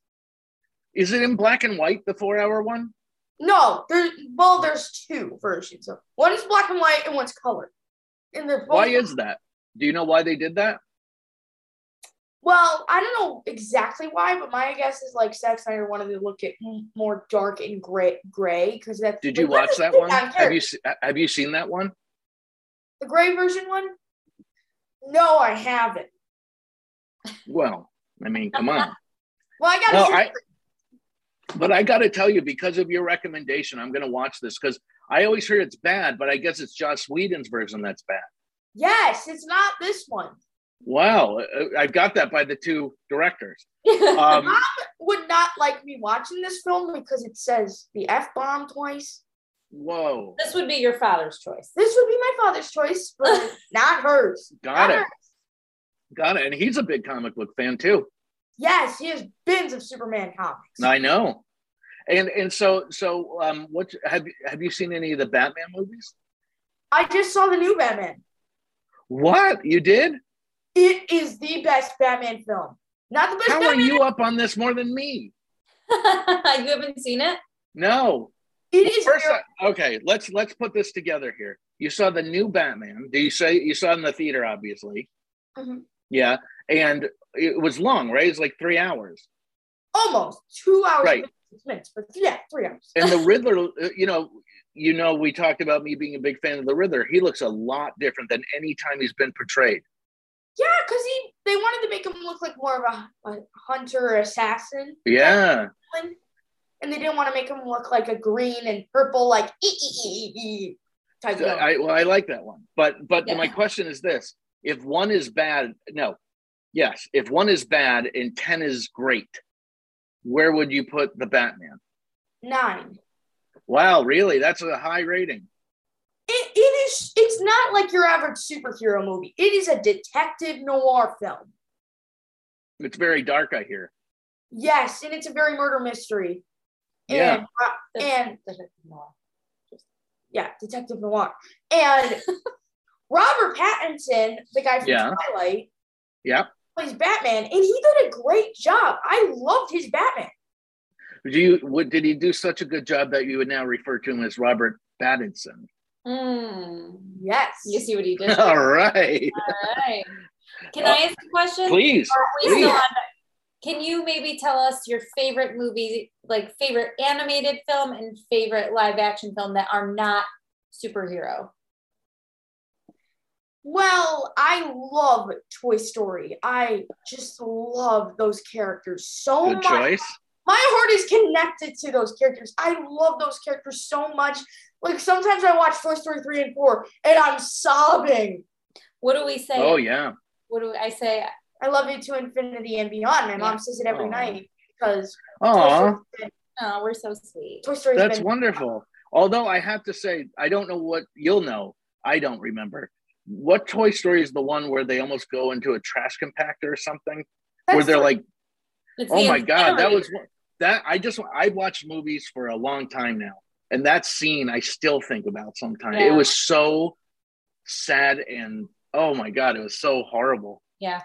Speaker 2: Is it in black and white, the four hour one?
Speaker 3: no, there. Well, there's two versions of one is black and white and one's color, and they're both.
Speaker 2: Why is that? Do you know why they did that?
Speaker 3: Well, I don't know exactly why, but my guess is like Zack Snyder wanted to look at m- more dark and gray, gray because that's.
Speaker 2: Did you
Speaker 3: like, what
Speaker 2: watch
Speaker 3: is
Speaker 2: that
Speaker 3: it
Speaker 2: one?
Speaker 3: down
Speaker 2: Have
Speaker 3: here?
Speaker 2: you se- have you seen that one?
Speaker 3: the gray version one? No, I haven't.
Speaker 2: Well, I mean, come on.
Speaker 3: Well, I got.
Speaker 2: No,
Speaker 3: to
Speaker 2: I- But I got to tell you, because of your recommendation, I'm going to watch this because I always hear it's bad, but I guess it's Joss Whedon's version that's bad.
Speaker 3: yes, it's not this one.
Speaker 2: Wow, I- I've got that by the two directors. Um,
Speaker 3: Would not like me watching this film because it says the f bomb twice.
Speaker 2: whoa,
Speaker 4: this would be your father's choice. [laughs]
Speaker 3: This would be my father's choice,
Speaker 2: [laughs]
Speaker 3: but not hers.
Speaker 2: got
Speaker 3: Not
Speaker 2: it,
Speaker 3: hers.
Speaker 2: got it. And he's a big comic book fan too.
Speaker 3: Yes, he has bins of Superman comics.
Speaker 2: I know. And and so so um, what have you- have you seen any of the Batman movies?
Speaker 3: I just saw the new Batman.
Speaker 2: What you did?
Speaker 3: It is the best Batman film. Not the best
Speaker 2: How are
Speaker 3: Batman.
Speaker 2: you up on this more than me?
Speaker 4: you haven't seen it?
Speaker 2: No,
Speaker 3: It is
Speaker 2: First,
Speaker 3: very-
Speaker 2: I- okay, let's let's put this together here. You saw the new Batman. Do you say you saw it in the theater? Obviously,
Speaker 3: Mhm.
Speaker 2: yeah. And it was long, right? It's like three hours.
Speaker 3: almost two hours
Speaker 2: Right.
Speaker 3: and six minutes, but yeah, three hours.
Speaker 2: And the Riddler, uh, you know, you know, we talked about me being a big fan of the Riddler. He looks a lot different than any time he's been portrayed.
Speaker 3: Yeah, because he they wanted to make him look like more of a, a hunter or assassin,
Speaker 2: Yeah.
Speaker 3: and they didn't want to make him look like a green and purple like ee ee ee ee ee type.
Speaker 2: So
Speaker 3: villain.
Speaker 2: I, well, I like that one. But but
Speaker 4: Yeah.
Speaker 2: my question is this: If one is bad, no, yes. If one is bad and ten is great, where would you put the Batman?
Speaker 3: Nine.
Speaker 2: Wow, really? That's a high rating.
Speaker 3: It, it is. It's not like your average superhero movie. It is a detective noir film.
Speaker 2: It's very dark. I hear.
Speaker 3: Yes, and it's a very murder mystery.
Speaker 2: Yeah.
Speaker 3: And, uh, and yeah, Detective Noir.
Speaker 2: [laughs]
Speaker 3: And Robert Pattinson, the guy from
Speaker 2: Yeah.
Speaker 3: Twilight,
Speaker 2: Yeah.
Speaker 3: plays Batman, and he did a great job. I loved his Batman.
Speaker 2: Do you? What did he do such a good job that you would now refer to him as Robert Pattinson? [laughs]
Speaker 4: Mm.
Speaker 3: Yes.
Speaker 4: You see what he did?
Speaker 2: All right,
Speaker 4: All right. Can
Speaker 2: Uh,
Speaker 4: I ask a question?
Speaker 2: please.
Speaker 4: Are we still
Speaker 2: please.
Speaker 4: on? Can you maybe tell us your favorite movie, like favorite animated film and favorite live action film that are not superhero?
Speaker 3: Well, I love Toy Story. I just love those characters so
Speaker 2: Good
Speaker 3: much.
Speaker 2: choice.
Speaker 3: My heart is connected to those characters. I love those characters so much. Like sometimes I watch Toy Story 3 and 4 and I'm sobbing.
Speaker 4: What do we say?
Speaker 2: Oh yeah.
Speaker 4: What do I say?
Speaker 3: I love you to infinity and beyond. My mom
Speaker 4: Yeah.
Speaker 3: says it every
Speaker 2: Aw.
Speaker 3: night because Toy
Speaker 2: Aw,
Speaker 3: Story's been-
Speaker 4: Oh, we're so sweet.
Speaker 3: Toy Story's
Speaker 2: that's
Speaker 3: been
Speaker 2: wonderful. Although I have to say, I don't know what you'll know. I don't remember. What Toy Story is the one where they almost go into a trash compactor or something? where
Speaker 3: that's
Speaker 2: they're like,
Speaker 4: It's
Speaker 2: "Oh
Speaker 4: the
Speaker 2: my god, that
Speaker 4: incinerator.
Speaker 2: was one- that." I just I watched movies for a long time now, and that scene I still think about sometimes. It
Speaker 4: Yeah.
Speaker 2: was so sad and oh my god, it was so horrible.
Speaker 4: yeah.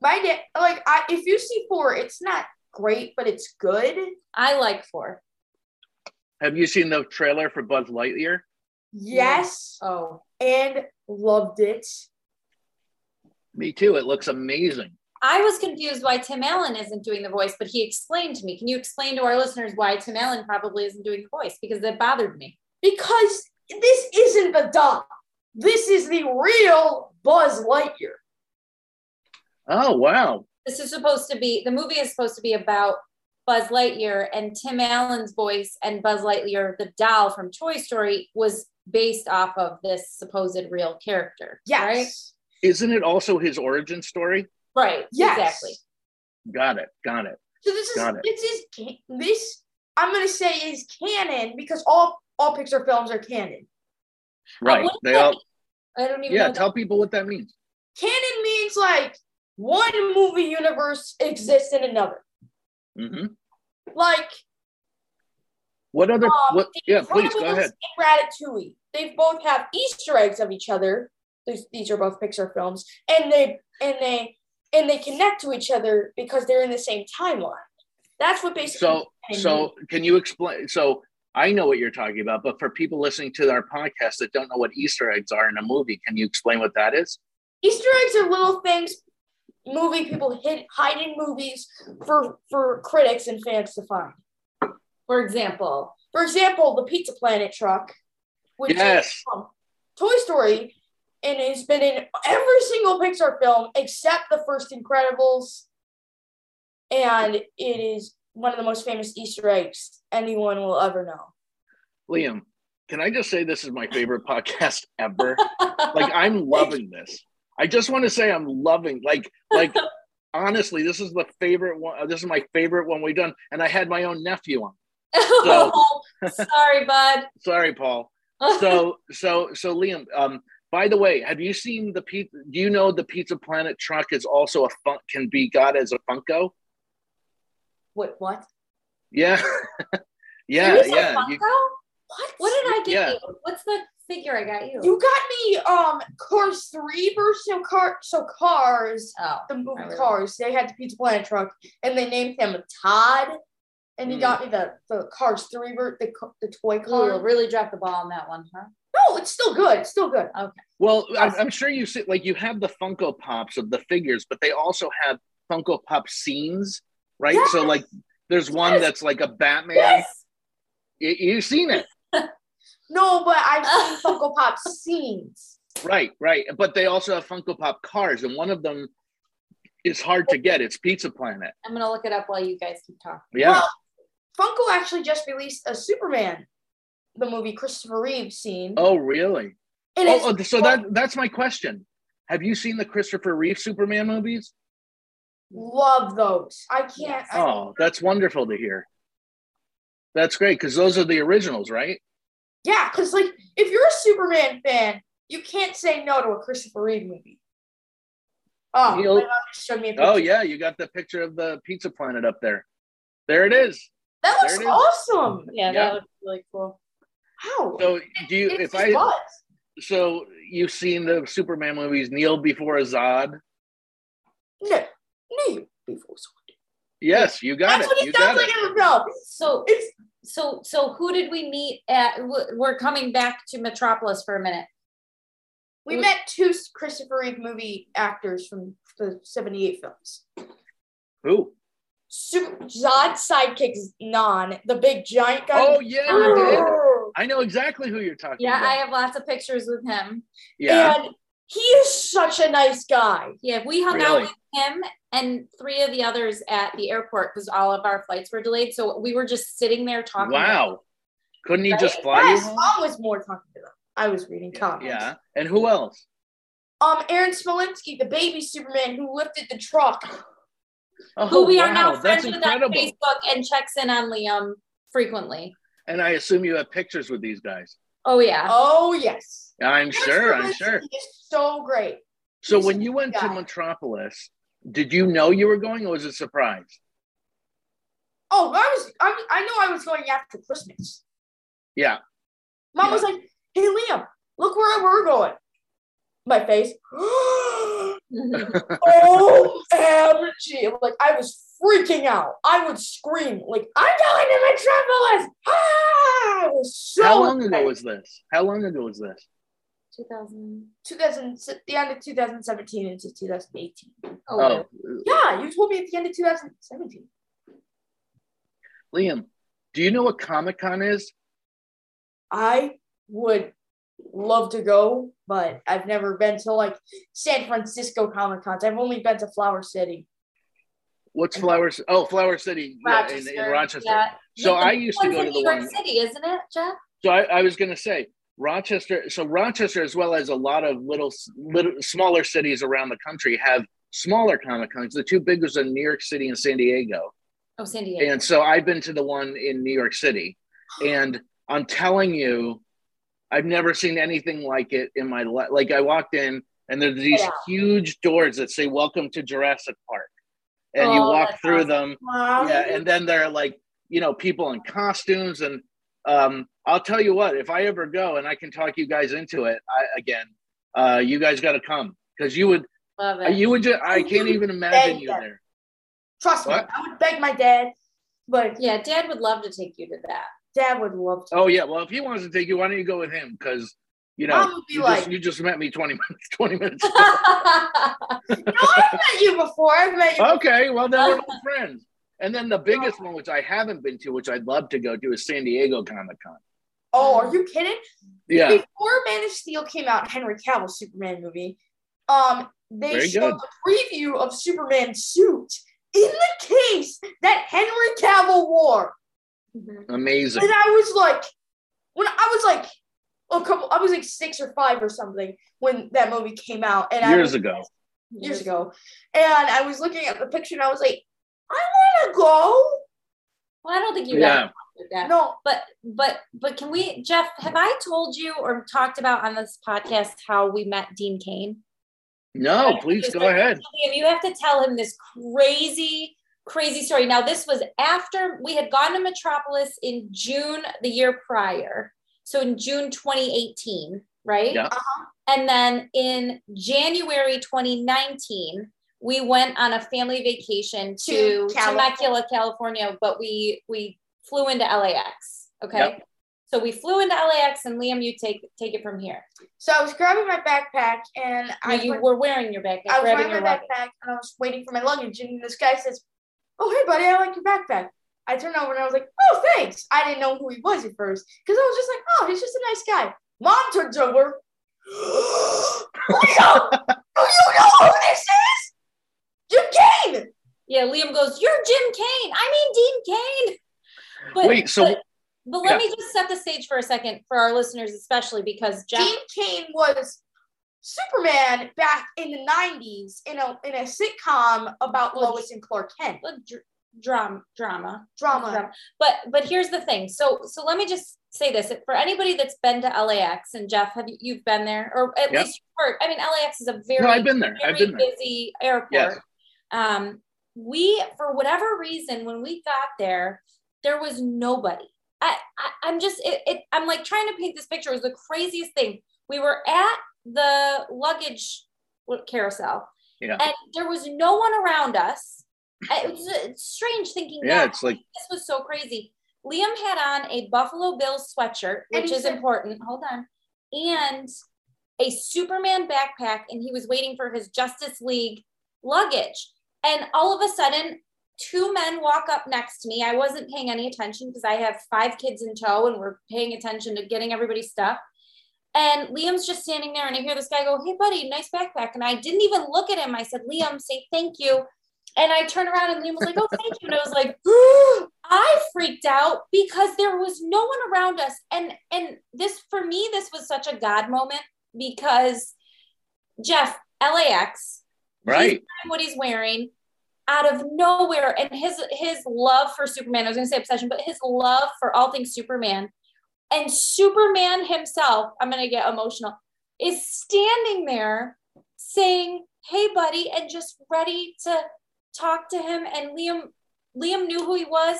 Speaker 3: my dad like I if you see four, it's not great, but it's good.
Speaker 4: I like four.
Speaker 2: Have you seen the trailer for Buzz Lightyear?
Speaker 3: Yes.
Speaker 4: Oh,
Speaker 3: And loved it.
Speaker 2: Me too. It looks amazing.
Speaker 4: I was confused why Tim Allen isn't doing the voice, but he explained to me. Can you explain to our listeners why Tim Allen probably isn't doing the voice? Because that bothered me.
Speaker 3: Because this isn't the dub. This is the real Buzz Lightyear.
Speaker 2: Oh wow,
Speaker 4: This is supposed to be the movie is supposed to be about Buzz Lightyear and Tim Allen's voice and Buzz Lightyear, the doll from Toy Story, was based off of this supposed real character.
Speaker 3: Yes.
Speaker 4: Right.
Speaker 2: isn't it also his origin story?
Speaker 4: Right.
Speaker 3: Yes.
Speaker 4: Exactly.
Speaker 2: Got it. Got it.
Speaker 3: So this is
Speaker 2: Got it.
Speaker 3: this is ca- this I'm gonna say is canon because all all Pixar films are canon.
Speaker 2: Right.
Speaker 4: what does
Speaker 2: They
Speaker 4: that
Speaker 2: all.
Speaker 4: I don't even
Speaker 2: Yeah.
Speaker 4: know.
Speaker 2: Tell people what that means.
Speaker 3: Canon means like one movie universe exists in another.
Speaker 2: hmm
Speaker 3: Like
Speaker 2: What other?
Speaker 3: Um,
Speaker 2: what? Yeah. Please go
Speaker 3: Incredibles
Speaker 2: ahead.
Speaker 3: And Ratatouille. They both have Easter eggs of each other. These, these are both Pixar films, and they and they and they connect to each other because they're in the same timeline. That's what basically.
Speaker 2: So so can you explain? So I know what you're talking about, but for people listening to our podcast that don't know what Easter eggs are in a movie, can you explain what that is?
Speaker 3: Easter eggs are little things movie people hid, hide in movies for for critics and fans to find.
Speaker 4: For example,
Speaker 3: For example, the Pizza Planet truck, which
Speaker 2: Yes.
Speaker 3: is from Toy Story, and it's been in every single Pixar film except the first Incredibles. And it is one of the most famous Easter eggs anyone will ever know.
Speaker 2: Liam, can I just say this is my favorite podcast ever? like I'm loving this. I just want to say I'm loving like like honestly, this is the favorite one. This is my favorite one we've done, and I had my own nephew on.
Speaker 4: [laughs] oh, sorry, bud.
Speaker 2: Sorry, Paul. So
Speaker 4: [laughs]
Speaker 2: so so Liam. Um, by the way, have you seen the pizza? Do you know the Pizza Planet truck is also a fun- can be got as a Funko?
Speaker 4: [laughs] Wait, what?
Speaker 2: Yeah. [laughs] yeah,
Speaker 4: There is a
Speaker 2: yeah.
Speaker 4: Funko?
Speaker 2: You-
Speaker 3: What?
Speaker 4: What did I get
Speaker 2: Yeah.
Speaker 4: you? What's the figure I got you?
Speaker 3: You got me um Cars 3 version of Car so Cars,
Speaker 4: oh,
Speaker 3: the movie
Speaker 4: I really-
Speaker 3: Cars. They had the Pizza Planet truck and they named him Todd. And he
Speaker 2: Hmm.
Speaker 3: got me the, the Cars 3 ver- the, co- the toy car.
Speaker 4: Ooh, really dropped the ball on that one, huh?
Speaker 3: No, it's still good. It's still good.
Speaker 2: well, I'm, I'm sure you see, like you have the Funko Pops of the figures, but they also have Funko Pop scenes, right? So like, there's one
Speaker 4: Yes.
Speaker 2: that's like a Batman.
Speaker 4: Yes.
Speaker 2: You, you've seen it. [laughs]
Speaker 3: No, but I've seen Funko Pop scenes.
Speaker 2: Right, right. But they also have Funko Pop cars, and one of them is hard to get. It's Pizza Planet.
Speaker 4: I'm gonna look it up while you guys keep talking.
Speaker 2: Yeah.
Speaker 3: Well, Funko actually just released a Superman, the movie Christopher Reeve scene.
Speaker 2: oh, really?
Speaker 3: and
Speaker 2: Oh,
Speaker 3: it's-
Speaker 2: oh, so that that's my question. Have you seen the Christopher Reeve Superman movies?
Speaker 3: love those. I can't. I-
Speaker 2: Oh, that's wonderful to hear. That's great because those are the originals, right?
Speaker 3: Yeah, because like if you're a Superman fan, you can't say no to a Christopher Reeve movie. Oh,
Speaker 2: You'll-
Speaker 3: my mom just showed me a
Speaker 2: Oh
Speaker 3: picture.
Speaker 2: yeah, you got the picture of the Pizza Planet up there. There it is.
Speaker 3: that
Speaker 2: there
Speaker 3: looks
Speaker 2: it is.
Speaker 3: awesome.
Speaker 4: Yeah,
Speaker 2: Yeah.
Speaker 4: that would be really cool.
Speaker 3: How?
Speaker 2: So do you?
Speaker 3: It's
Speaker 2: If
Speaker 3: just
Speaker 2: I
Speaker 3: buzz.
Speaker 2: so you've seen the Superman movies, Kneel Before Azad.
Speaker 3: no, no, you before
Speaker 2: Yes, you got
Speaker 3: That's
Speaker 2: it.
Speaker 3: what
Speaker 2: you
Speaker 3: it sounds
Speaker 2: got
Speaker 3: like
Speaker 2: it.
Speaker 3: in no.
Speaker 4: So
Speaker 3: It's
Speaker 4: so so who did we meet at w- we're coming back to metropolis for a minute
Speaker 3: we
Speaker 4: Mm.
Speaker 3: met two Christopher Reeve movie actors from the '78 films.
Speaker 2: Who?
Speaker 3: Super Zod's sidekick is Non, the big giant guy.
Speaker 2: Oh yeah, I did.
Speaker 3: Grrr.
Speaker 2: I know exactly who you're talking
Speaker 4: yeah i
Speaker 2: about.
Speaker 4: have lots of pictures with him
Speaker 2: yeah,
Speaker 3: And he is such a nice guy.
Speaker 4: yeah we hung out
Speaker 2: Really?
Speaker 4: with him and three of the others at the airport because all of our flights were delayed so we were just sitting there talking
Speaker 2: wow. Couldn't he just fly
Speaker 3: Yes,
Speaker 2: you
Speaker 3: I was more talking to them. I was reading
Speaker 2: home?
Speaker 3: comics.
Speaker 2: Yeah. And who else?
Speaker 3: Um, Aaron Smolinski, the baby Superman who lifted the truck.
Speaker 2: Oh,
Speaker 4: who we are
Speaker 2: wow,
Speaker 4: now
Speaker 2: That's
Speaker 4: friends with on
Speaker 2: incredible.
Speaker 4: facebook and checks in on liam frequently
Speaker 2: And I assume you have pictures with these guys.
Speaker 4: oh yeah
Speaker 3: Oh yes.
Speaker 2: I'm
Speaker 3: Aaron
Speaker 2: sure. I'm
Speaker 3: Smolinski
Speaker 2: sure.
Speaker 3: is so great.
Speaker 2: So
Speaker 3: he's
Speaker 2: when you went to
Speaker 3: guy.
Speaker 2: Metropolis, did you know you were going, or was it a surprise?
Speaker 3: Oh, I was. I, I know I was going after Christmas.
Speaker 2: Yeah.
Speaker 3: Mom
Speaker 2: Yeah.
Speaker 3: was like, "Hey, Liam, look where we're going." My face. [gasps]
Speaker 2: Oh.
Speaker 4: [laughs]
Speaker 3: OMG. I'm Like, I was freaking out. I would scream, like, I'm going to Metropolis. Ah! I was so
Speaker 2: How long ago
Speaker 3: excited.
Speaker 2: was this? How long ago was this?
Speaker 4: 2000
Speaker 3: 2000, the end of 2017 into 2018.
Speaker 4: oh,
Speaker 2: Oh,
Speaker 3: Yeah, you told me at the end of 2017.
Speaker 2: Liam, do you know what Comic Con is?
Speaker 3: I would love to go, but I've never been to like San Francisco Comic Cons. I've only been to Flower City.
Speaker 2: What's Flowers? Oh, Flower City [laughs] yeah, in, in
Speaker 4: Rochester,
Speaker 2: Rochester.
Speaker 4: yeah.
Speaker 2: So
Speaker 4: The- the
Speaker 2: I used to
Speaker 4: one's
Speaker 2: go
Speaker 4: in
Speaker 2: to the
Speaker 4: New
Speaker 2: one.
Speaker 4: York City, isn't it, Jeff?
Speaker 2: So I, I was going to say Rochester. So Rochester, as well as a lot of little, little smaller cities around the country, have smaller comic cons. The two big ones are New York City and San Diego.
Speaker 4: Oh, San Diego.
Speaker 2: And so I've been to the one in New York City, and I'm telling you, I've never seen anything like it in my life. Like I walked in, and there's these
Speaker 3: Yeah.
Speaker 2: huge doors that say "Welcome to Jurassic Park," and you
Speaker 4: Oh,
Speaker 2: walk
Speaker 4: that's
Speaker 2: through
Speaker 4: awesome.
Speaker 2: them,
Speaker 3: Wow.
Speaker 2: yeah and then there are like you know people in costumes and um i'll tell you what if i ever go and i can talk you guys into it I, again uh you guys got to come because you would
Speaker 4: Love it.
Speaker 2: you would just i can't even imagine
Speaker 3: Thank
Speaker 2: you
Speaker 3: you.
Speaker 2: there
Speaker 3: Trust me,
Speaker 2: What?
Speaker 3: I would beg my dad, but
Speaker 4: yeah, Dad would love to take you to that.
Speaker 3: dad would love to.
Speaker 2: oh yeah well if he wants to take you why don't you go with him because you know
Speaker 3: Mom would be
Speaker 2: you,
Speaker 3: like,
Speaker 2: just, you just met me 20 [laughs] minutes 20 minutes ago. Oh.
Speaker 3: No, I've met you before. I've met you.
Speaker 2: okay well then we're all friends and then the biggest one which i haven't been to which i'd love to go to is san diego comic-con
Speaker 3: Oh, are you kidding?
Speaker 2: yeah
Speaker 3: Before Man of Steel came out, Henry Cavill's Superman movie, um, they
Speaker 2: Very
Speaker 3: showed
Speaker 2: good.
Speaker 3: a preview of Superman's suit in the case that Henry Cavill wore.
Speaker 2: amazing
Speaker 3: And I was like, when I was like a couple, I was like six or five or something when that movie came out, and I
Speaker 2: years
Speaker 3: was,
Speaker 2: ago
Speaker 3: years ago, and I was looking at the picture and I was like, I want to go.
Speaker 4: Well, I don't think you
Speaker 2: yeah
Speaker 4: yeah. did that.
Speaker 3: No,
Speaker 4: But but but can we, Jeff? Have I told you or talked about on this podcast how we met Dean Kane?
Speaker 2: no please go ahead
Speaker 4: Liam, you have to tell him this crazy, crazy story. Now, this was after we had gone to Metropolis in June the year prior. So in June 2018, right? Uh-huh.
Speaker 2: Yeah.
Speaker 4: And then in January 2019, we went on a family vacation to,
Speaker 3: To California.
Speaker 4: Temecula, California, but we we flew into LAX. Okay.
Speaker 2: Yep.
Speaker 4: So we flew into LAX and Liam, you take take it from here.
Speaker 3: so I was grabbing my backpack and I
Speaker 4: you
Speaker 3: went-
Speaker 4: were wearing your backpack,
Speaker 3: I was
Speaker 4: grabbing
Speaker 3: wearing
Speaker 4: your
Speaker 3: my
Speaker 4: luggage.
Speaker 3: backpack and I was waiting for my luggage, and this guy says, "Oh, hey, buddy, I like your backpack." I turned over and I was like, "Oh, thanks." I didn't know who he was at first because I was just like, "Oh, he's just a nice guy." Mom turns over. [gasps] Leo, do you know who this is? Jim Kane.
Speaker 4: Yeah, Liam goes, You're Jim Kane. I mean Dean Kane. But,
Speaker 2: Wait, so-
Speaker 4: but, but let
Speaker 2: yeah.
Speaker 4: me just set the stage for a second for our listeners, especially because Jeff
Speaker 3: Dean Kane was Superman back in the '90s in a in a sitcom about
Speaker 4: Well,
Speaker 3: Lois and Clark Kent
Speaker 4: well, dr- drama drama
Speaker 3: drama.
Speaker 4: But but here's the thing. So so let me just say this for anybody that's been to LAX and Jeff, have you, you've been there or at
Speaker 2: Yep.
Speaker 4: least you work? I mean, LAX is a very
Speaker 2: No, I've been there.
Speaker 4: very
Speaker 2: I've been there.
Speaker 4: busy airport.
Speaker 2: Yes.
Speaker 4: Um, we for whatever reason when we got there, there was nobody. I, I I'm just it, it I'm like trying to paint this picture. It was the craziest thing. We were at the luggage carousel,
Speaker 2: Yeah.
Speaker 4: and there was no one around us. It was uh, strange thinking
Speaker 2: Yeah,
Speaker 4: back
Speaker 2: it's like
Speaker 4: this was so crazy. Liam had on a Buffalo Bills sweatshirt,
Speaker 3: And
Speaker 4: which
Speaker 3: he
Speaker 4: is
Speaker 3: said-
Speaker 4: important. Hold on. And a Superman backpack, and he was waiting for his Justice League luggage. And all of a sudden, two men walk up next to me. I wasn't paying any attention because I have five kids in tow and we're paying attention to getting everybody's stuff. And Liam's just standing there, and I hear this guy go, Hey, buddy, nice backpack. And I didn't even look at him. I said, Liam, say thank you. And I turned around and Liam was like, Oh, thank you. And I was like, I freaked out because there was no one around us. And and this for me, this was such a God moment because Jeff, LAX,
Speaker 2: right.
Speaker 4: what he's wearing out of nowhere and his his love for superman i was going to say obsession but his love for all things superman and superman himself i'm going to get emotional is standing there saying hey buddy and just ready to talk to him and liam liam knew who he was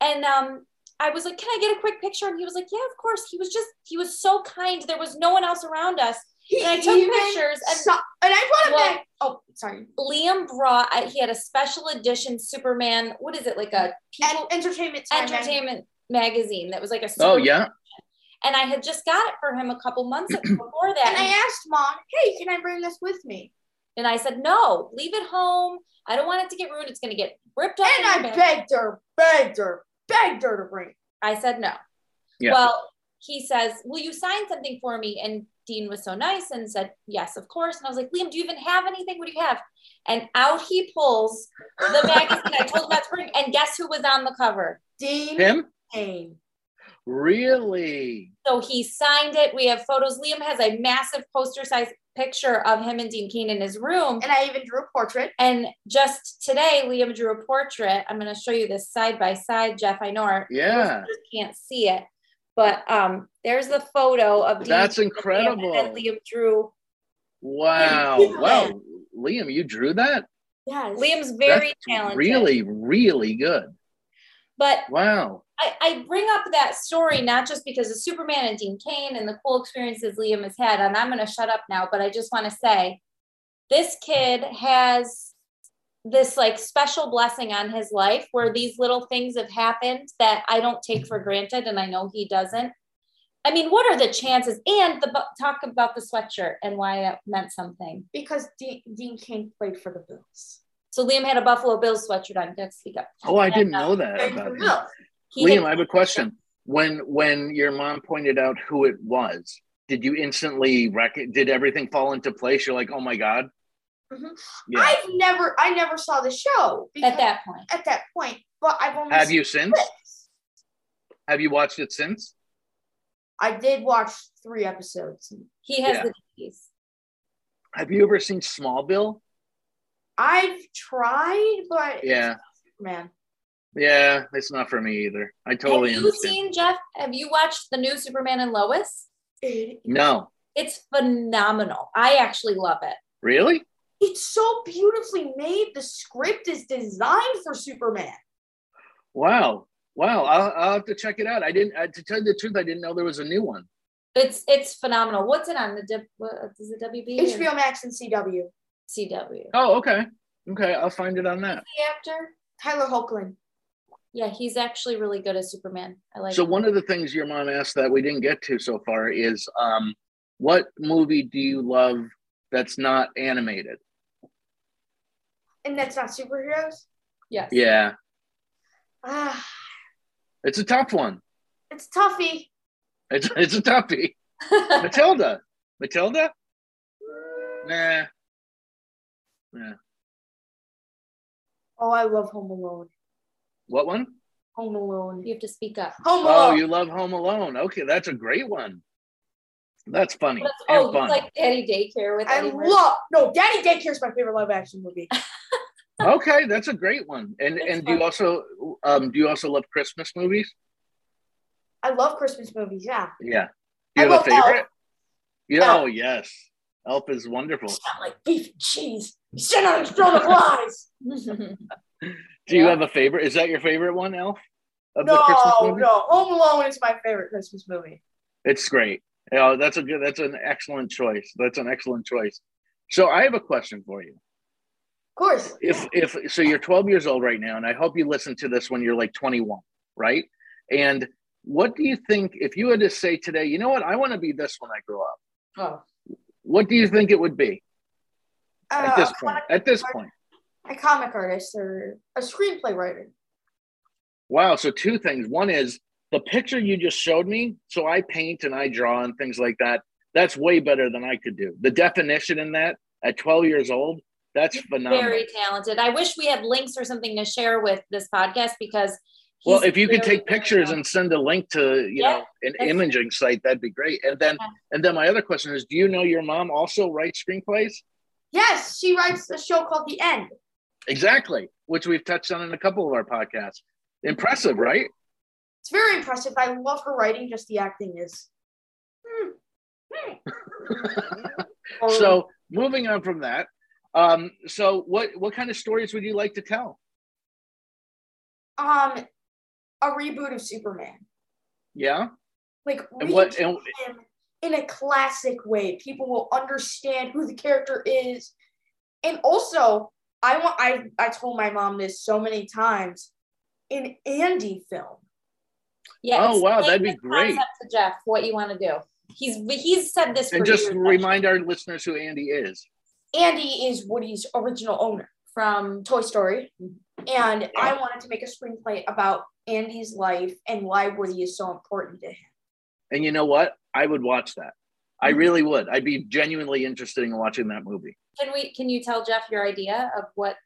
Speaker 4: and um i was like can i get a quick picture and he was like yeah of course he was just he was so kind there was no one else around us
Speaker 3: He
Speaker 4: And I took
Speaker 3: even
Speaker 4: pictures and-
Speaker 3: saw- and I brought
Speaker 4: Well-
Speaker 3: him back. Oh, sorry.
Speaker 4: Liam brought I- he had a special edition Superman. What is it like a
Speaker 3: And
Speaker 4: people
Speaker 3: entertainment. Time Magazine.
Speaker 4: entertainment magazine that was like a
Speaker 2: Oh
Speaker 4: Superman.
Speaker 2: yeah.
Speaker 4: And I had just got it for him a couple
Speaker 2: [clears throat]
Speaker 4: months ago before that,
Speaker 3: And I asked mom, "Hey, can I bring this with me?"
Speaker 4: and I said no, leave it home. I don't want it to get ruined. It's going to get ripped up.
Speaker 3: And
Speaker 4: in
Speaker 3: I
Speaker 4: the bin."
Speaker 3: begged her, begged her, begged her to bring. it.
Speaker 4: I said no.
Speaker 2: Yeah.
Speaker 4: Well, he says, "Will you sign something for me?" And Dean was so nice and said, "Yes, of course." And I was like, "Liam, do you even have anything? What do you have?" And out he pulls the magazine I told him not to bring. And guess who was on the cover?
Speaker 3: Dean
Speaker 2: Him?
Speaker 3: Kane.
Speaker 2: Really?
Speaker 4: So he signed it. We have photos. Liam has a massive poster size picture of him and Dean Kane in his room.
Speaker 3: And I even drew a portrait.
Speaker 4: And just today, Liam drew a portrait. I'm going to show you this side by side, Jeff. I know our
Speaker 2: Yeah.
Speaker 4: listeners can't see it, but um, there's the photo of Dean
Speaker 2: That's
Speaker 4: Kane and Liam,
Speaker 2: incredible.
Speaker 4: And Liam drew.
Speaker 2: Wow.
Speaker 4: Yeah.
Speaker 2: Wow. Liam, you drew that?
Speaker 3: Yes.
Speaker 4: Liam's very
Speaker 2: That's
Speaker 4: talented.
Speaker 2: Really, really good.
Speaker 4: But
Speaker 2: Wow.
Speaker 4: I, I bring up that story not just because of Superman and Dean Kane and the cool experiences Liam has had, and I'm going to shut up now, but I just want to say this kid has this like special blessing on his life where these little things have happened that I don't take for granted, and I know he doesn't. I mean, what are the chances? And the bu- talk about the sweatshirt and why that meant something.
Speaker 3: Because Dean, Dean Kane played for the Bills.
Speaker 4: So Liam had a Buffalo Bills sweatshirt on. Don't speak up.
Speaker 2: Oh, I didn't
Speaker 4: Yeah.
Speaker 2: know that
Speaker 3: Played for
Speaker 2: about
Speaker 3: the
Speaker 2: him.
Speaker 3: Bills.
Speaker 4: He
Speaker 2: Liam,
Speaker 4: had-
Speaker 2: I have a question. When when your mom pointed out who it was, did you instantly rec- did everything fall into place? You're like, oh my god.
Speaker 4: Mm-hmm.
Speaker 3: Mhm.
Speaker 2: Yeah.
Speaker 3: I've never, I never saw the show because-
Speaker 4: at that point.
Speaker 3: at that point, but I've only
Speaker 2: have
Speaker 3: seen
Speaker 2: you since?
Speaker 3: clips.
Speaker 2: Have you watched it since?
Speaker 3: I did watch three episodes.
Speaker 4: He has
Speaker 2: Yeah.
Speaker 4: the disease.
Speaker 2: Have you ever seen Smallville?
Speaker 3: I've tried, but
Speaker 2: Yeah,
Speaker 3: man,
Speaker 2: yeah, it's not for me either. I totally
Speaker 4: have you
Speaker 2: understand.
Speaker 4: seen Jeff? Have you watched the new Superman and Lois?
Speaker 3: it,
Speaker 2: no,
Speaker 4: It's phenomenal. I actually love it.
Speaker 2: really?
Speaker 3: it's so beautifully made. The script is designed for Superman.
Speaker 2: Wow, wow. I'll, I'll have to check it out. I didn't. I, to tell you the truth, I didn't know there was a new one.
Speaker 4: It's it's phenomenal. What's it on the W- what, is it WB or
Speaker 3: HBO Max and CW.
Speaker 4: CW?
Speaker 2: Oh, okay, okay. I'll find it on that.
Speaker 4: The actor?
Speaker 3: Tyler Hoechlin.
Speaker 4: Yeah, he's actually really good as Superman. I like.
Speaker 2: So
Speaker 4: him.
Speaker 2: one of the things your mom asked that we didn't get to so far is, um, what movie do you love that's not animated?
Speaker 3: And that's not superheroes.
Speaker 4: yes. [laughs]
Speaker 2: Yeah,
Speaker 3: Ah,
Speaker 2: it's a tough one.
Speaker 3: it's toughy.
Speaker 2: [laughs] It's it's a toughie. Matilda. Matilda? Nah. Yeah.
Speaker 3: Oh, I love Home Alone.
Speaker 2: What one?
Speaker 3: Home Alone.
Speaker 4: You have to speak up.
Speaker 3: Home
Speaker 2: Oh,
Speaker 3: Alone.
Speaker 2: you love Home Alone. Okay, that's a great one. That's funny
Speaker 4: That's-
Speaker 2: and
Speaker 4: oh,
Speaker 2: fun.
Speaker 4: you like Daddy Daycare with
Speaker 3: I
Speaker 4: Eddie Murphy. [laughs]
Speaker 3: love no Daddy Daycare is my favorite live action movie.
Speaker 2: okay, that's a great one. And
Speaker 4: That's
Speaker 2: and do you
Speaker 4: fun.
Speaker 2: also um do you also love Christmas movies?
Speaker 3: I love Christmas movies. Yeah,
Speaker 2: Yeah.
Speaker 3: I
Speaker 2: Do you have a
Speaker 3: love Elf.
Speaker 2: favorite? Yeah.
Speaker 3: Elf.
Speaker 2: Oh yes. Elf is wonderful.
Speaker 3: it's not like beef and cheese. You sit on a throne of lies.
Speaker 2: Do you
Speaker 4: Yeah.
Speaker 2: have a favorite? Is that your favorite one, Elf? [laughs] Of
Speaker 3: No,
Speaker 2: the Christmas movie?
Speaker 3: no, Home Alone is my favorite Christmas movie.
Speaker 2: It's great. You know, that's a good that's an excellent choice. That's an excellent choice. So I have a question for you.
Speaker 3: Of course,
Speaker 2: if if so you're 12 years old right now and i hope you listen to this when you're like 21 right and what do you think if you had to say today you know what i want to be this when i grow up
Speaker 3: Oh.
Speaker 2: what do you think it would be
Speaker 3: uh,
Speaker 2: at this
Speaker 3: a
Speaker 2: point
Speaker 3: comic-
Speaker 2: at this point
Speaker 3: a comic artist or a screenplay writer.
Speaker 2: wow so two things one is the picture you just showed me so i paint and i draw and things like that that's way better than i could do the definition in that at 12 years old that's phenomenal
Speaker 4: very talented. I wish we had links or something to share with this podcast because. he's
Speaker 2: Well, if you could
Speaker 4: very,
Speaker 2: take
Speaker 4: very
Speaker 2: pictures
Speaker 4: talented.
Speaker 2: and send a link to, you
Speaker 4: Yeah,
Speaker 2: know, an
Speaker 4: that's-
Speaker 2: imaging site, that'd be great. And then,
Speaker 4: Yeah.
Speaker 2: and then my other question is, do you know your mom also writes screenplays?
Speaker 3: Yes, she writes a show called The End.
Speaker 2: Exactly, which we've touched on in a couple of our podcasts. Impressive, right?
Speaker 3: It's very impressive. I love her writing. Just the acting is. Hmm. Hmm. Oh,
Speaker 2: [laughs] So, moving on from that, um, so what what kind of stories would you like to tell?
Speaker 3: um, a reboot of Superman,
Speaker 2: Yeah,
Speaker 3: like
Speaker 2: and what?
Speaker 3: redo
Speaker 2: And,
Speaker 3: him in a classic way. People will understand who the character is, and also I want. I I told my mom this so many times. An Andy film.
Speaker 4: Yeah,
Speaker 2: Oh, wow,
Speaker 4: explain
Speaker 2: that'd be
Speaker 4: the
Speaker 2: great.
Speaker 4: concept To Jeff, what you want to do? He's he's said this.
Speaker 2: and
Speaker 4: for
Speaker 2: just
Speaker 4: years,
Speaker 2: remind our listeners who Andy is.
Speaker 3: Andy is Woody's original owner
Speaker 4: actually, from
Speaker 3: Toy Story, and I wanted to make a screenplay about Andy's life and why Woody is so important to him.
Speaker 2: And you know what? I would watch that. I
Speaker 4: Mm-hmm.
Speaker 2: really would. I'd be genuinely interested in watching that movie.
Speaker 4: Can we? Can you tell Jeff your idea of what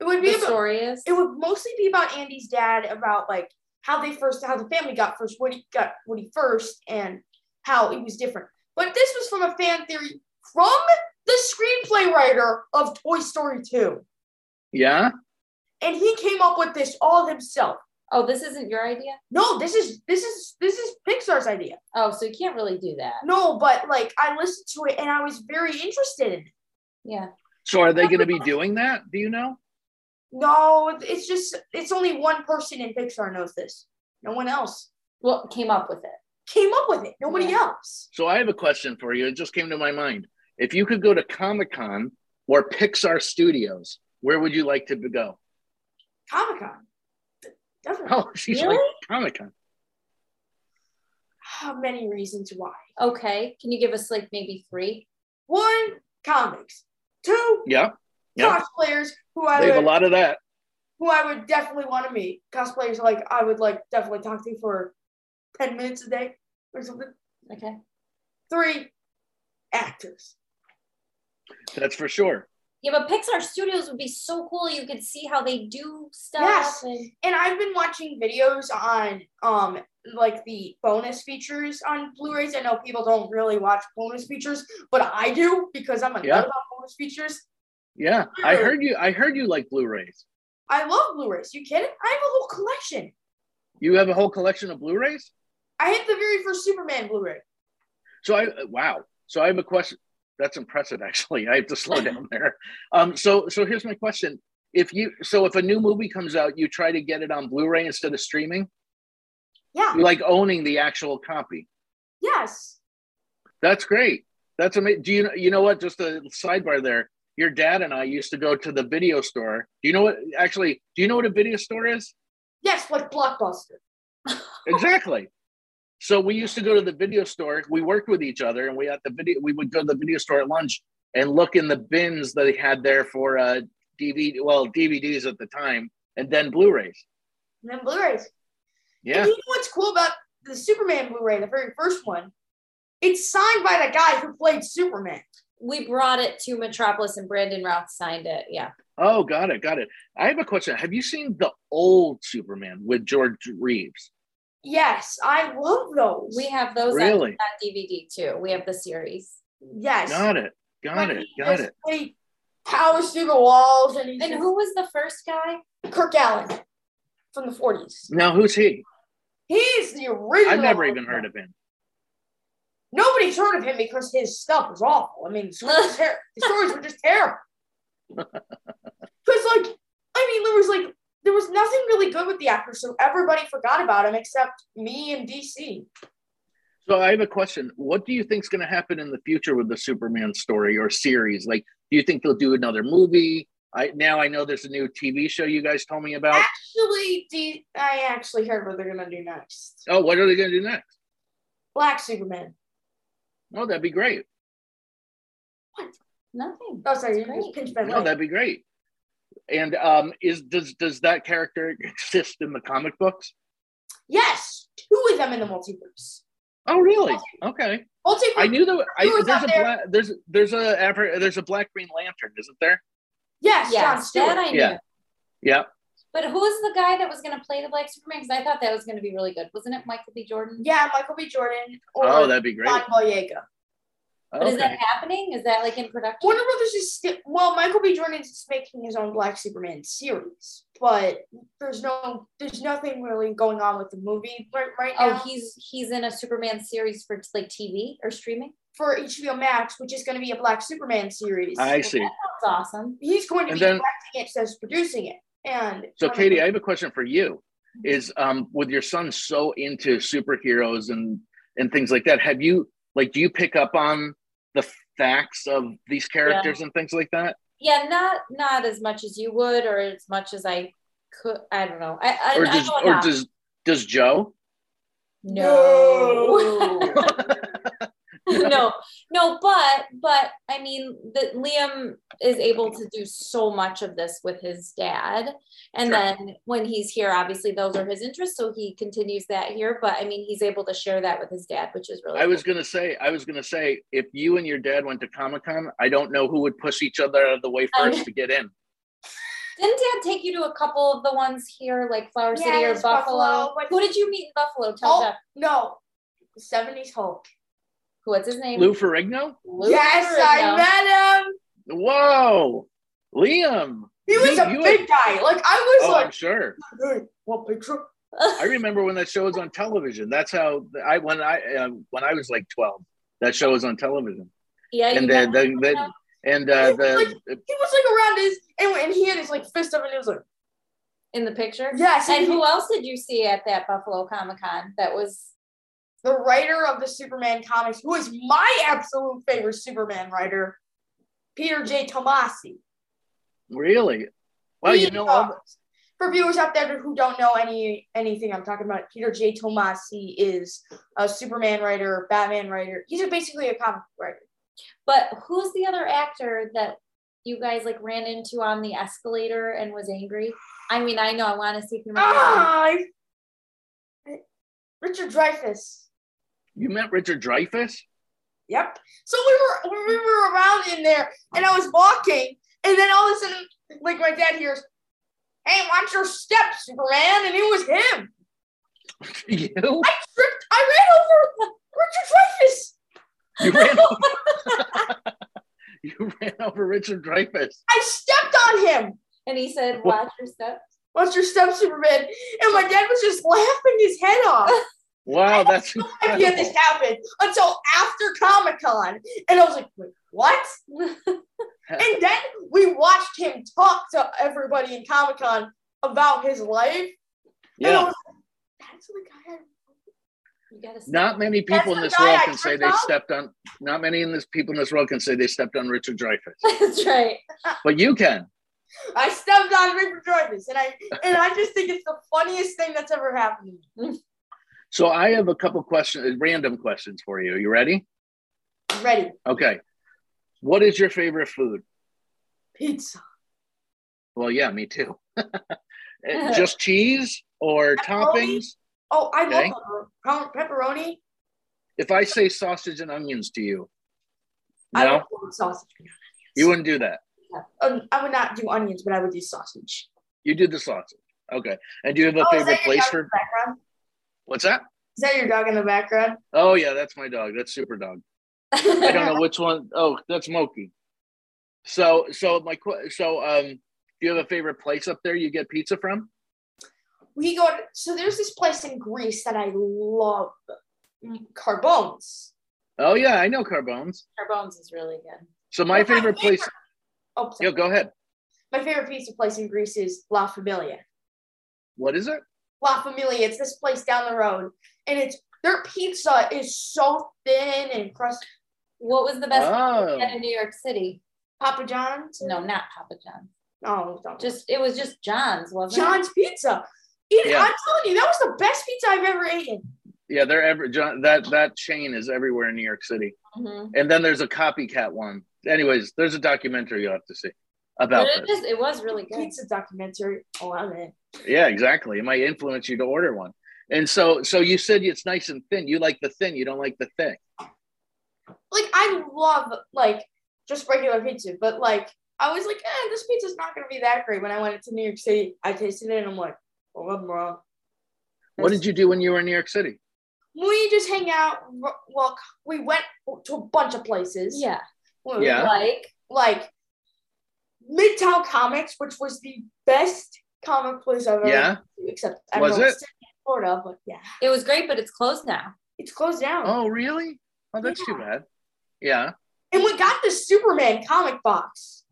Speaker 3: It would be
Speaker 4: the
Speaker 3: about,
Speaker 4: story is?
Speaker 3: it would mostly be about Andy's dad about like how they first how the family got first Woody got Woody first and how it was different. But this was from a fan theory from the screenplay writer of Toy Story 2.
Speaker 2: Yeah.
Speaker 3: And he came up with this all himself.
Speaker 4: Oh, this isn't your idea.
Speaker 3: No, this is this is this is Pixar's idea.
Speaker 4: Oh, so you can't really do that.
Speaker 3: No, but like I listened to it and I was very interested in it.
Speaker 4: Yeah.
Speaker 2: So are they going to be doing that? Do you know?
Speaker 3: No, it's just it's only one person in Pixar knows this. No one else
Speaker 4: Well, came up with it.
Speaker 3: came up with it. Nobody
Speaker 4: Yeah.
Speaker 3: else.
Speaker 2: So I have a question for you. It just came to my mind. If you could go to Comic Con or Pixar Studios, where would you like to be- go? [laughs]
Speaker 3: Comic Con. Definitely.
Speaker 2: Oh, she's
Speaker 4: Really?
Speaker 2: like Comic Con.
Speaker 3: Ah, many reasons why.
Speaker 4: Okay. Can you give us like maybe three?
Speaker 3: One, comics. Two,
Speaker 2: Yeah, yeah.
Speaker 3: cosplayers who I
Speaker 2: They have a
Speaker 3: would
Speaker 2: lot of that.
Speaker 3: who I would definitely want to meet. Cosplayers like I would like definitely talk to for ten minutes a day or something.
Speaker 4: Okay.
Speaker 3: Three, actors.
Speaker 2: That's for sure.
Speaker 4: Yeah, but Pixar Studios would be so cool. You could see how they do stuff.
Speaker 3: Yes.
Speaker 4: and-
Speaker 3: And I've been watching videos on um like the bonus features on Blu-rays. I know people don't really watch bonus features, but I do because I'm a
Speaker 2: Yeah.
Speaker 3: nut about bonus features.
Speaker 2: Yeah, I heard you. I heard you like Blu-rays.
Speaker 3: I love Blu-rays. You kidding? I have a whole collection.
Speaker 2: You have a whole collection of Blu-rays.
Speaker 3: I had the very first Superman Blu-ray.
Speaker 2: So I wow. So I have a question. That's impressive, actually. I have to
Speaker 3: [laughs]
Speaker 2: slow down there. Um, so so here's my question: If you so if a new movie comes out, you try to get it on Blu-ray instead of streaming,
Speaker 3: Yeah.
Speaker 2: you like owning the actual copy.
Speaker 3: Yes.
Speaker 2: That's great. That's amazing. Do you you know what? Just a sidebar there. Your dad and I used to go to the video store. Do you know what? Actually, do you know what a video store is?
Speaker 3: Yes, like Blockbuster.
Speaker 2: Exactly. So we used to go to the video store. We worked with each other, and we at the video we would go to the video store at lunch and look in the bins that they had there for uh, DVD, well DVDs at the time, and then Blu-rays.
Speaker 3: And then Blu-rays.
Speaker 2: Yeah,
Speaker 3: And you know what's cool about the Superman Blu-ray, the very first one, It's signed by the guy who played Superman.
Speaker 4: We brought it to Metropolis and Brandon Routh signed it. Yeah.
Speaker 2: Oh, got it, got it. I have a question. Have you seen the old Superman with George Reeves?
Speaker 3: Yes, I love those.
Speaker 4: We have those
Speaker 2: Really?
Speaker 4: on on DVD too. We have the series.
Speaker 3: yes.
Speaker 2: Got it, got
Speaker 3: When
Speaker 2: it,
Speaker 3: he
Speaker 2: got
Speaker 3: just,
Speaker 2: it.
Speaker 3: Like, powers through the walls and, he's
Speaker 4: And who was the first guy?
Speaker 3: Kirk Allen from the 40s.
Speaker 2: Now, who's he?
Speaker 3: He's the original.
Speaker 2: I've never even heard of him.
Speaker 3: Nobody's heard of him because his stuff was awful. I mean, the stories, were ter- the stories were just
Speaker 2: [laughs]
Speaker 3: terrible. Because, like, I mean, there was like there was nothing really good with the actor, so everybody forgot about him except me and DC.
Speaker 2: So I have a question. What do you think's going to happen in the future with the Superman story or series? Like, do you think they'll do another movie? I now I know there's a new TV show you guys told me about.
Speaker 3: Actually, D- I actually heard what they're gonna do next.
Speaker 2: Oh, what are they going to do next?
Speaker 3: Black Superman.
Speaker 2: Oh, that'd be great.
Speaker 4: Nothing.
Speaker 3: Oh, sorry, you
Speaker 4: Great.
Speaker 3: just pinched my
Speaker 2: No,
Speaker 3: leg.
Speaker 2: that'd be great. And um, is does does that character [laughs] exist in the comic books?
Speaker 3: Yes, two of them in the multiverse.
Speaker 2: Oh, really? Okay.
Speaker 3: Multiverse.
Speaker 2: I knew that. I,
Speaker 3: Who
Speaker 2: there's
Speaker 3: was out
Speaker 2: a
Speaker 3: there?
Speaker 2: black, there's there's a Afri- there's a black Green Lantern, isn't there?
Speaker 3: yes, John
Speaker 4: Yes,
Speaker 3: Stewart.
Speaker 4: that I knew.
Speaker 2: Yeah. Yeah.
Speaker 4: But who was the guy that was going to play the Black Superman? Because I thought that was going to be really good. Wasn't it Michael B. Jordan?
Speaker 3: yeah, Michael B. Jordan or
Speaker 2: Oh, that'd be great.
Speaker 3: John Boyega.
Speaker 4: But is that
Speaker 2: Okay.
Speaker 4: happening? Is that like in production?
Speaker 3: Warner Brothers is still well. Michael B. Jordan is making his own Black Superman series, but there's no, there's nothing really going on with the movie right, right now
Speaker 4: Oh, he's he's in a Superman series for like TV or streaming.
Speaker 3: for HBO Max, which is going to be a Black Superman series.
Speaker 2: I see.
Speaker 4: That's awesome.
Speaker 3: He's going to
Speaker 2: And
Speaker 3: be
Speaker 2: then-
Speaker 3: directing it, so he's producing it. And
Speaker 2: So, Katie, I have a question for you.
Speaker 4: Mm-hmm.
Speaker 2: Is um, with your son so into superheroes and and things like that? Have you like do you pick up on the facts of these characters and things like that,
Speaker 4: Yeah, not not as much as you would, or as much as I could. I don't know. I, I,
Speaker 2: or
Speaker 4: I
Speaker 2: does
Speaker 4: know
Speaker 2: or
Speaker 4: enough.
Speaker 2: does does
Speaker 4: [laughs]
Speaker 2: Joe?
Speaker 4: no.
Speaker 2: [laughs]
Speaker 4: no, no, but but I mean that Liam is able to do so much of this with his dad. And
Speaker 2: Sure.
Speaker 4: then when he's here, obviously those are his interests. So he continues that here. But I mean he's able to share that with his dad, which is really
Speaker 2: I was gonna say, I was gonna say, if you and your dad went to Comic Con, I don't know who would push each other out of the way
Speaker 4: I [laughs]
Speaker 2: first to get in.
Speaker 4: cool. didn't dad take you to a couple of the ones here, like Flower City or
Speaker 3: Yes,
Speaker 4: Buffalo?
Speaker 3: Buffalo, but-
Speaker 4: Who did you meet in Buffalo? Tell
Speaker 3: Oh
Speaker 4: Jeff.
Speaker 3: [laughs] no, seventies Hulk.
Speaker 4: What's his name?
Speaker 2: Lou Ferrigno?
Speaker 4: Lou
Speaker 3: yes,
Speaker 4: Ferrigno.
Speaker 3: I met him.
Speaker 2: Whoa, Liam!
Speaker 3: He was
Speaker 2: You-
Speaker 3: a
Speaker 2: you
Speaker 3: big guy. Like I was
Speaker 2: Oh, I'm
Speaker 3: like,
Speaker 2: sure.
Speaker 3: hey, what picture?
Speaker 2: I remember when that show was on television. That's how I when I uh, when I was like 12, that show was on television.
Speaker 4: Yeah, you
Speaker 2: and
Speaker 4: met
Speaker 2: then
Speaker 4: him.
Speaker 2: the, the, and uh, the
Speaker 3: He was like around his and, and he had his like fist up and he was like,
Speaker 4: in the picture.
Speaker 3: yes.
Speaker 4: And
Speaker 3: he-
Speaker 4: who else did you see at that Buffalo Comic Con that was
Speaker 3: the writer of the Superman comics, who is my absolute favorite Superman writer, Peter J. Tomasi.
Speaker 2: really well,
Speaker 3: He
Speaker 2: you know, all
Speaker 3: is- for viewers out there who don't know any anything I'm talking about, Peter J. Tomasi is a Superman writer, Batman writer. He's a- basically a comic book writer.
Speaker 4: But who's the other actor that you guys like ran into on the escalator and was angry? I mean, I know I want to see if you remember.
Speaker 3: Ah, I- Richard Dreyfuss.
Speaker 2: you met Richard Dreyfus.
Speaker 3: Yep. So we were we were around in there, and I was walking, and then all of a sudden, like my dad hears, "Hey, watch your step, Superman!" And it was him.
Speaker 2: [laughs] you
Speaker 3: I tripped. I ran over Richard Dreyfuss.
Speaker 2: you ran over, [laughs] you ran over Richard Dreyfus.
Speaker 3: I stepped on him.
Speaker 4: And he said, "Watch your step."
Speaker 3: Watch your step, Superman. And my dad was just laughing his head off.
Speaker 2: Wow, that's
Speaker 3: I had this
Speaker 2: incredible.
Speaker 3: happened until after Comic Con, and I was like, Wait, "What?" and then we watched him talk to everybody in Comic Con about his life. And I
Speaker 2: yeah.
Speaker 3: was like, That's the guy.
Speaker 4: You gotta step.
Speaker 2: Not many people in
Speaker 3: That's
Speaker 2: this
Speaker 3: the guy
Speaker 2: world
Speaker 3: I
Speaker 2: can say
Speaker 3: tripped
Speaker 2: they
Speaker 3: on?
Speaker 2: stepped on. Not many in this people in this world can say they stepped on Richard Dreyfus,
Speaker 4: [laughs] That's right.
Speaker 2: but you can.
Speaker 3: I stepped on Richard Dreyfuss, and I and I just think it's the funniest thing that's ever happened. to me.
Speaker 2: So I have a couple questions, random questions for you. You ready?
Speaker 3: Mm-hmm. Ready?
Speaker 2: Okay. What is your favorite food?
Speaker 3: Pizza.
Speaker 2: Well, yeah, me too. [laughs] Uh,
Speaker 3: [laughs]
Speaker 2: Just cheese or
Speaker 3: Pepperoni?
Speaker 2: toppings?
Speaker 3: Oh, I
Speaker 2: Okay.
Speaker 3: love pepper- pepperoni.
Speaker 2: If I say sausage and onions to you,
Speaker 3: I would
Speaker 2: no,
Speaker 3: do sausage.
Speaker 2: you wouldn't do that.
Speaker 3: Um, I would not do onions, but I would do sausage.
Speaker 2: You did the sausage. Okay. And do you have a
Speaker 3: Oh, is that
Speaker 2: favorite
Speaker 3: your
Speaker 2: place
Speaker 3: dog in
Speaker 2: for
Speaker 3: the background?
Speaker 2: what's that?
Speaker 3: Is that your dog in the background?
Speaker 2: Oh yeah, that's my dog. That's super dog. I don't know which one oh that's Moki. So so my que- so um do you have a favorite place up there you get pizza from?
Speaker 3: [laughs] we go to, so there's this place in Greece that I love, Mm, Carbones.
Speaker 2: Oh yeah, I know Carbones.
Speaker 4: Carbones is really good.
Speaker 2: So my
Speaker 3: Well, my
Speaker 2: favorite place.
Speaker 3: Oh, sorry.
Speaker 2: Yo, go ahead.
Speaker 3: my favorite pizza place in Greece is La Familia.
Speaker 2: What is it?
Speaker 3: La Familia, it's this place down the road, and it's their pizza is so thin and crust.
Speaker 4: What was the best
Speaker 2: Oh,
Speaker 4: pizza in New York City?
Speaker 3: Papa John's?
Speaker 4: No, not Papa John's.
Speaker 3: No, don't.
Speaker 4: Just it was just John's, wasn't
Speaker 3: John's Pizza. It,
Speaker 2: Yeah.
Speaker 3: I'm telling you, that was the best pizza I've ever eaten.
Speaker 2: yeah, they're ever John, that that chain is everywhere in New York City,
Speaker 4: it? Mhm.
Speaker 2: and then there's a copycat one. Anyways, there's a documentary you'll have to see about
Speaker 4: But it,
Speaker 2: this.
Speaker 4: is, it was really good.
Speaker 3: Pizza documentary. Oh, I'm in.
Speaker 2: Yeah, exactly. It might influence you to order one. And so, so you said it's nice and thin. You like the thin. You don't like the thick.
Speaker 3: Like I love like just regular pizza, but like I was like, eh, this pizza's not gonna be that great. When I went to New York City, I tasted it and I'm like, oh, I'm wrong.
Speaker 2: What did you do when you were in New York City?
Speaker 3: We just hang out. r- Well, we went to a bunch of places.
Speaker 4: Yeah.
Speaker 3: We-
Speaker 2: Yeah.
Speaker 4: Like
Speaker 3: like Midtown Comics, which was the best comic place I've ever
Speaker 2: Yeah?
Speaker 3: been to, except I
Speaker 2: Was
Speaker 3: don't know,
Speaker 2: it?
Speaker 3: it's in Florida, but yeah,
Speaker 4: it was great, but it's closed now.
Speaker 3: it's closed down.
Speaker 2: Oh, really? Oh, that's too bad. Yeah.
Speaker 3: And we got the Superman comic box.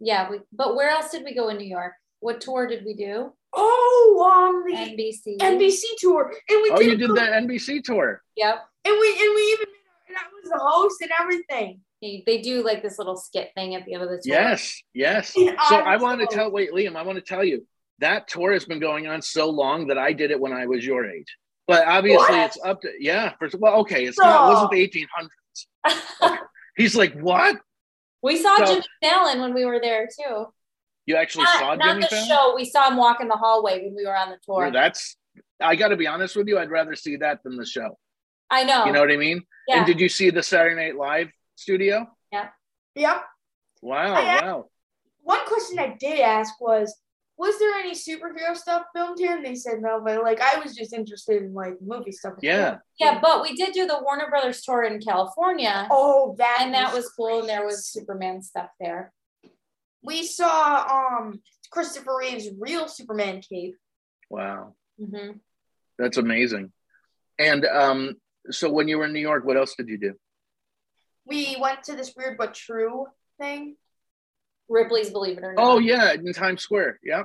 Speaker 4: Yeah, we, but where else did we go in New York? What tour did we do?
Speaker 3: Oh, um, the
Speaker 4: NBC.
Speaker 3: NBC tour, and we
Speaker 2: Oh,
Speaker 3: did,
Speaker 2: you
Speaker 3: a
Speaker 2: did
Speaker 3: little-
Speaker 2: the NBC tour.
Speaker 4: Yep.
Speaker 3: and we and we even and I was the host and everything.
Speaker 4: They, they do like this little skit thing at the end of the tour.
Speaker 2: Yes, yes.
Speaker 3: And
Speaker 2: So
Speaker 3: I
Speaker 2: I
Speaker 3: was
Speaker 2: want to
Speaker 3: so-
Speaker 2: tell, wait, Liam, I want to tell you that tour has been going on so long that I did it when I was your age. But obviously,
Speaker 3: What?
Speaker 2: it's up to yeah. First, well, okay, it's not. It wasn't the eighteen hundred.
Speaker 4: [laughs]
Speaker 2: He's like, what?
Speaker 4: we saw
Speaker 2: So-
Speaker 4: Jimmy Fallon when we were there too.
Speaker 2: You actually saw
Speaker 4: Not, not
Speaker 2: Jimmy
Speaker 4: the
Speaker 2: Fallon?
Speaker 4: show. We saw him walk in the hallway when we were on the tour.
Speaker 2: Yeah, that's. I got to be honest with you. I'd rather see that than the show.
Speaker 4: I know.
Speaker 2: You know what I mean?
Speaker 4: Oh. yeah.
Speaker 2: And did you see the Saturday Night Live studio?
Speaker 3: Yep.
Speaker 2: Wow,
Speaker 3: I-
Speaker 2: wow.
Speaker 3: One question I did ask was, was there any superhero stuff filmed here? And they said no, but like I was just interested in like movie stuff.
Speaker 2: Yeah.
Speaker 4: yeah, but we did do the Warner Brothers tour in California.
Speaker 3: Oh, that
Speaker 4: and that was cool. And
Speaker 3: great.
Speaker 4: there was Superman stuff there.
Speaker 3: We saw um Christopher Reeve's real Superman cape.
Speaker 2: Wow,
Speaker 4: hmm
Speaker 2: that's amazing. And um, so when you were in New York, what else did you do?
Speaker 3: We went to this weird but true thing.
Speaker 4: Ripley's Believe It or Not.
Speaker 2: Oh yeah, in Times Square. Yeah,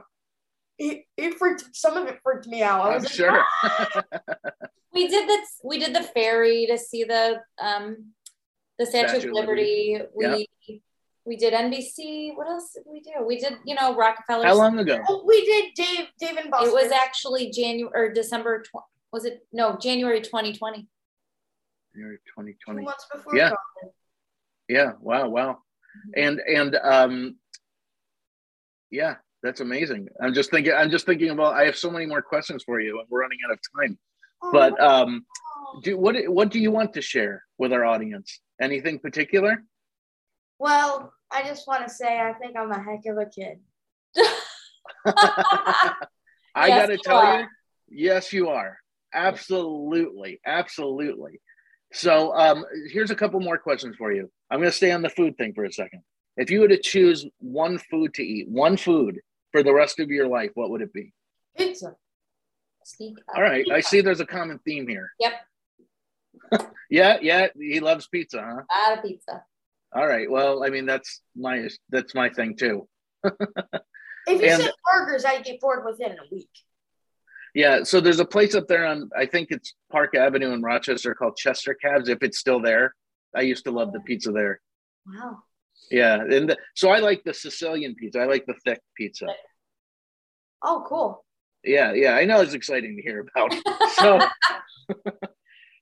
Speaker 3: It, it freaked some of Oh, it freaked me out. I
Speaker 2: I'm
Speaker 3: was like,
Speaker 2: sure.
Speaker 4: We did the we did the ferry to see the um the Statue,
Speaker 2: Statue
Speaker 4: of
Speaker 2: of
Speaker 4: Liberty. We we did NBC. What else did we do? We did you know Rockefeller.
Speaker 2: How long ago?
Speaker 3: Oh, we did Dave Dave and
Speaker 4: It
Speaker 3: Buster's.
Speaker 4: was actually January or December. Tw- was it no January 2020?
Speaker 2: Year
Speaker 3: two
Speaker 2: 2020.
Speaker 3: months before.
Speaker 2: Yeah.
Speaker 3: COVID.
Speaker 2: Yeah. Wow. Wow. And and um, yeah, that's amazing. I'm just thinking. I'm just thinking about. I have so many more questions for you, and we're running out of time.
Speaker 3: Oh,
Speaker 2: But um,
Speaker 3: no.
Speaker 2: do what? What do you want to share with our audience? Anything particular?
Speaker 3: well, I just want to say I think I'm a heck of a kid.
Speaker 2: I
Speaker 4: Yes,
Speaker 2: got to
Speaker 4: you
Speaker 2: tell
Speaker 4: are.
Speaker 2: you, yes, you are. Absolutely. Absolutely. So um, here's a couple more questions for you. I'm going to stay on the food thing for a second. If you were to choose one food to eat, one food for the rest of your life, what would it be?
Speaker 3: Pizza.
Speaker 4: Sneak up.
Speaker 2: All right. I see there's a common theme here.
Speaker 4: Yep.
Speaker 2: [laughs] yeah. Yeah. He loves pizza, huh?
Speaker 4: A lot of pizza.
Speaker 2: All right. Well, I mean, that's my, that's my thing too.
Speaker 3: If you
Speaker 2: And-
Speaker 3: said burgers, I'd get bored within a week.
Speaker 2: Yeah, so there's a place up there on I think it's Park Avenue in Rochester called Chester Cabs. If it's still there, I used to love the pizza there.
Speaker 3: Wow.
Speaker 2: Yeah, and the, so I like the Sicilian pizza. I like the thick pizza.
Speaker 3: Oh, cool.
Speaker 2: Yeah, yeah, I know it's exciting to hear about.
Speaker 3: [laughs]
Speaker 2: So,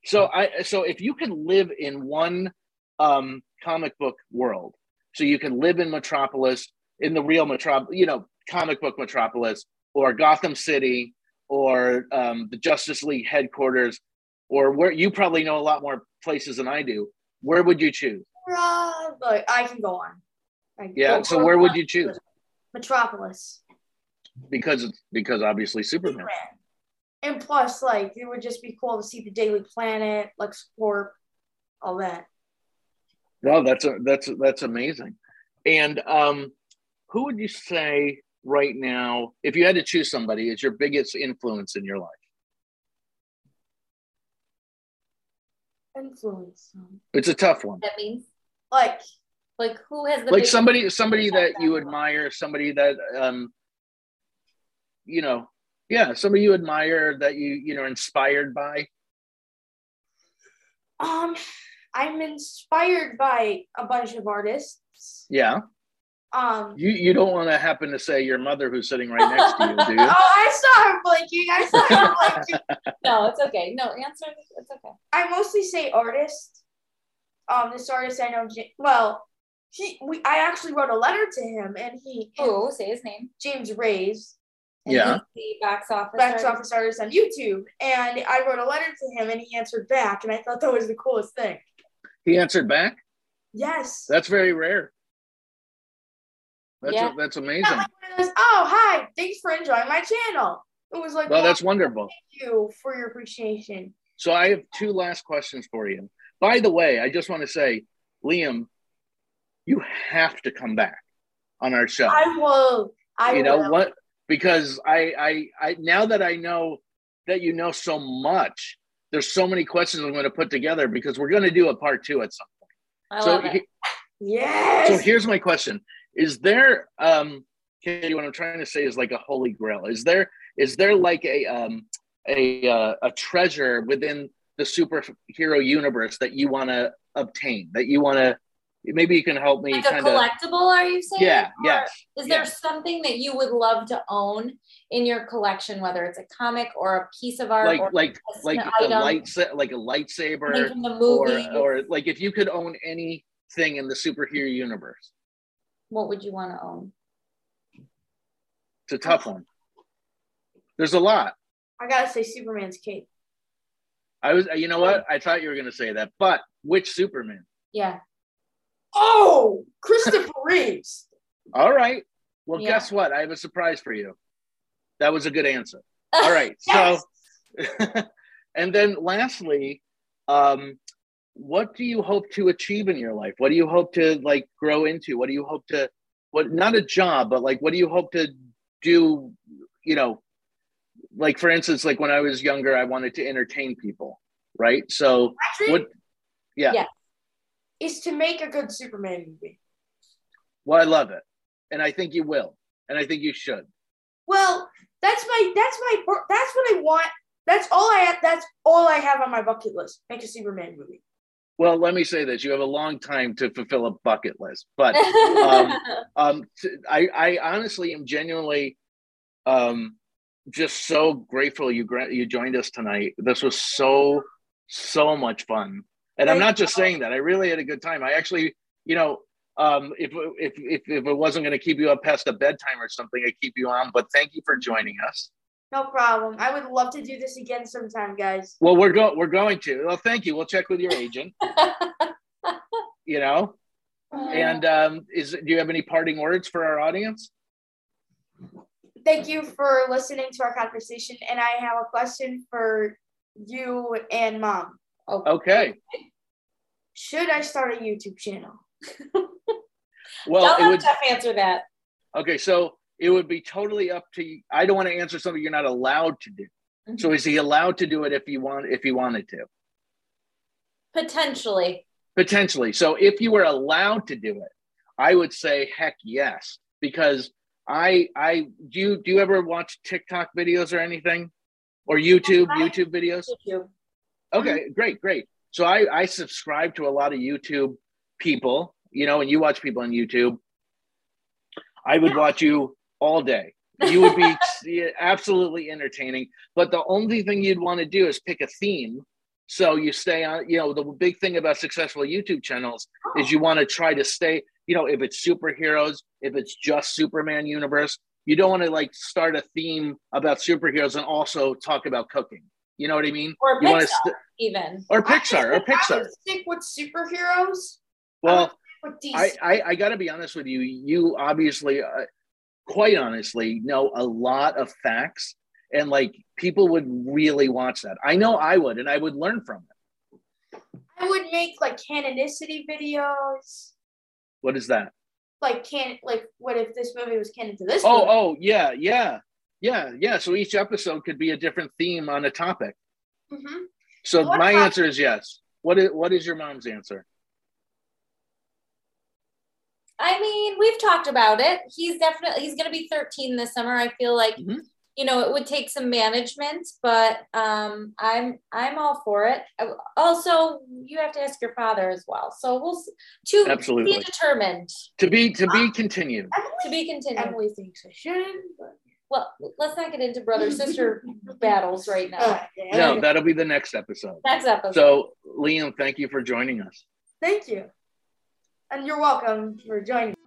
Speaker 2: so I so if you could live in one um, comic book world, so you can live in Metropolis, in the real Metropolis, you know, comic book Metropolis, or Gotham City, or um, the Justice League headquarters, or where you probably know a lot more places than I do. Where would you choose?
Speaker 3: Uh, but I can go on. I-
Speaker 2: Yeah.
Speaker 3: well,
Speaker 2: So where would you choose?
Speaker 3: Metropolis.
Speaker 2: Because it's because obviously Superman.
Speaker 3: And plus, like, it would just be cool to see the Daily Planet, LexCorp, all that.
Speaker 2: No, that's a, that's that's amazing. And um, who would you say right now, if you had to choose somebody, is your biggest influence in your life?
Speaker 3: Influence. them.
Speaker 2: It's a tough one.
Speaker 4: That means
Speaker 3: Like,
Speaker 4: like who has the
Speaker 2: like
Speaker 4: biggest-
Speaker 2: somebody somebody that
Speaker 4: impact
Speaker 2: you
Speaker 4: on them?
Speaker 2: admire somebody that um you know yeah somebody you admire that you you know inspired by
Speaker 3: um, I'm inspired by a bunch of artists.
Speaker 2: yeah
Speaker 3: Um,
Speaker 2: you you don't want to happen to say your mother who's sitting right next to you do
Speaker 3: oh,
Speaker 4: [laughs]
Speaker 2: you
Speaker 3: I saw her blinking. I saw her blinking. [laughs]
Speaker 4: No, it's okay. No answer. It's okay.
Speaker 3: I mostly say artist. Um, this artist I know, Ja- well, he, we, I actually wrote a letter to him, and he,
Speaker 2: Oh.
Speaker 4: Who say his name?
Speaker 3: James Rays,
Speaker 4: And
Speaker 2: Yeah.
Speaker 4: he's The box office.
Speaker 3: box
Speaker 4: artist.
Speaker 3: office artist on YouTube, and I wrote a letter to him, and he answered back, and I thought that was the coolest thing.
Speaker 2: he answered back
Speaker 3: Yes.
Speaker 2: that's very rare that's
Speaker 4: Yeah.
Speaker 2: that's
Speaker 3: Not
Speaker 2: amazing
Speaker 3: like one of those, oh, hi, thanks for enjoying my channel. It was like,
Speaker 2: well
Speaker 3: well,
Speaker 2: that's wonderful
Speaker 3: thank you for your appreciation.
Speaker 2: so i have two last questions for you by the way i just want to say liam you have to come back on our show
Speaker 3: I will. I
Speaker 2: you know
Speaker 3: will.
Speaker 2: what because I, I i now that i know that you know so much there's so many questions i'm going to put together because we're going to do a part two at some
Speaker 4: I
Speaker 2: so
Speaker 4: love it.
Speaker 2: he-
Speaker 3: Yes.
Speaker 2: so here's my question is there um katie what i'm trying to say is like a holy grail is there is there like a um a uh, a treasure within the superhero universe that you want to obtain that you want to maybe you can help me
Speaker 4: Like a
Speaker 2: kind of
Speaker 4: collectible, are you saying?
Speaker 2: yeah
Speaker 4: Or
Speaker 2: yes
Speaker 4: Is there
Speaker 2: yeah.
Speaker 4: something that you would love to own in your collection, whether it's a comic or a piece of art
Speaker 2: like
Speaker 4: or
Speaker 2: like
Speaker 4: an
Speaker 2: like a
Speaker 4: item,
Speaker 2: light like a
Speaker 4: something
Speaker 2: lightsaber
Speaker 4: from the
Speaker 2: or
Speaker 4: movie?
Speaker 2: or like if you could own anything in the superhero universe
Speaker 4: what would you want to own?
Speaker 2: it's a tough one there's a lot
Speaker 3: I gotta say, Superman's cape.
Speaker 2: i was you know what i thought you were going to say that but which superman
Speaker 4: Yeah.
Speaker 3: Oh,
Speaker 2: [laughs]
Speaker 3: Christopher Reeves.
Speaker 2: all right well
Speaker 4: Yeah.
Speaker 2: guess what i have a surprise for you that was a good answer all right so
Speaker 3: Yes.
Speaker 2: [laughs] and then lastly um what do you hope to achieve in your life what do you hope to like grow into what do you hope to what not a job but like what do you hope to do you know like for instance like when i was younger i wanted to entertain people right so
Speaker 3: My dream
Speaker 2: What- yeah.
Speaker 4: Yeah.
Speaker 3: is to make a good Superman movie.
Speaker 2: well i love it and i think you will and i think you should
Speaker 3: Well, that's my that's my per- that's what I want. That's all I have. That's all I have on my bucket list. Make a Superman movie.
Speaker 2: well let me say this you have a long time to fulfill a bucket list but
Speaker 3: [laughs]
Speaker 4: [laughs]
Speaker 2: um, um t- I, I honestly am genuinely um just so grateful you gra- you joined us tonight this was so so much fun and i'm
Speaker 3: Thank
Speaker 2: not just
Speaker 3: you.
Speaker 2: saying that i really had a good time i actually you know um if if if, if it wasn't going to keep you up past a bedtime or something i'd keep you on but thank you for joining us
Speaker 3: No problem. I would love to do this again sometime, guys.
Speaker 2: well we're going we're going to well thank you we'll check with your
Speaker 3: [laughs]
Speaker 2: agent you know and um is do you have any parting words for our audience
Speaker 3: Thank you for listening to our conversation. And I have a question for you and mom.
Speaker 4: Oh.
Speaker 2: okay
Speaker 3: Should I start a YouTube channel?
Speaker 2: well
Speaker 4: Don't
Speaker 2: it
Speaker 4: have
Speaker 2: would
Speaker 4: Jeff answer that.
Speaker 2: Okay, so it would be totally up to you. I don't want to answer something you're not allowed to do. So is he allowed to do it if he want if he wanted to?
Speaker 4: Potentially.
Speaker 2: Potentially. So if you were allowed to do it, I would say heck yes. Because I I do you do you ever watch TikTok videos or anything? Or YouTube,
Speaker 4: I-
Speaker 2: YouTube videos?
Speaker 4: You.
Speaker 2: Okay, great, great. So I I subscribe to a lot of YouTube people, you know, and you watch people on YouTube. I would watch you all day. You would be yeah, absolutely entertaining, but the only thing you'd want to do is pick a theme. So you stay on, you know, the big thing about successful YouTube channels is you want to try to stay, you know, if it's superheroes, if it's just Superman universe, you don't want to like start a theme about superheroes and also talk about cooking You know what I mean?
Speaker 4: Or
Speaker 2: You wanna
Speaker 4: Pixar,
Speaker 2: st-
Speaker 4: even.
Speaker 2: or
Speaker 3: I just
Speaker 2: Pixar or
Speaker 3: would- I would
Speaker 2: Pixar.
Speaker 3: Stick with superheroes.
Speaker 2: Well,
Speaker 3: With DC.
Speaker 2: I, I, I got to be honest with you. You obviously, uh, quite honestly, know a lot of facts, and like people would really watch that. I know I would, and I would learn from it.
Speaker 3: I would make like canonicity videos.
Speaker 2: What is that?
Speaker 3: Like can like what if this movie was canon to this
Speaker 2: Oh,
Speaker 3: movie?
Speaker 2: oh, yeah, yeah, yeah, yeah. So each episode could be a different theme on a topic. oh.
Speaker 3: hmm
Speaker 2: So
Speaker 3: What
Speaker 2: my
Speaker 3: about-
Speaker 2: answer is yes. What is what is your mom's answer?
Speaker 4: I mean, we've talked about it. He's definitely he's going to be 13 this summer. I feel like
Speaker 2: Mhm.
Speaker 4: you know it would take some management, but um, I'm I'm all for it. Uh, Also, you have to ask your father as well. So we'll s- to
Speaker 2: Absolutely.
Speaker 4: be determined
Speaker 2: To be to be continued.
Speaker 4: to be continued.
Speaker 3: Emily thinks I shouldn't. But,
Speaker 4: Well, let's not get into brother
Speaker 3: [laughs]
Speaker 4: sister battles right now.
Speaker 3: Uh, yeah.
Speaker 2: No, that'll be the next episode.
Speaker 4: Next episode.
Speaker 2: So Liam, thank you for joining us.
Speaker 3: Thank you, and you're welcome for joining.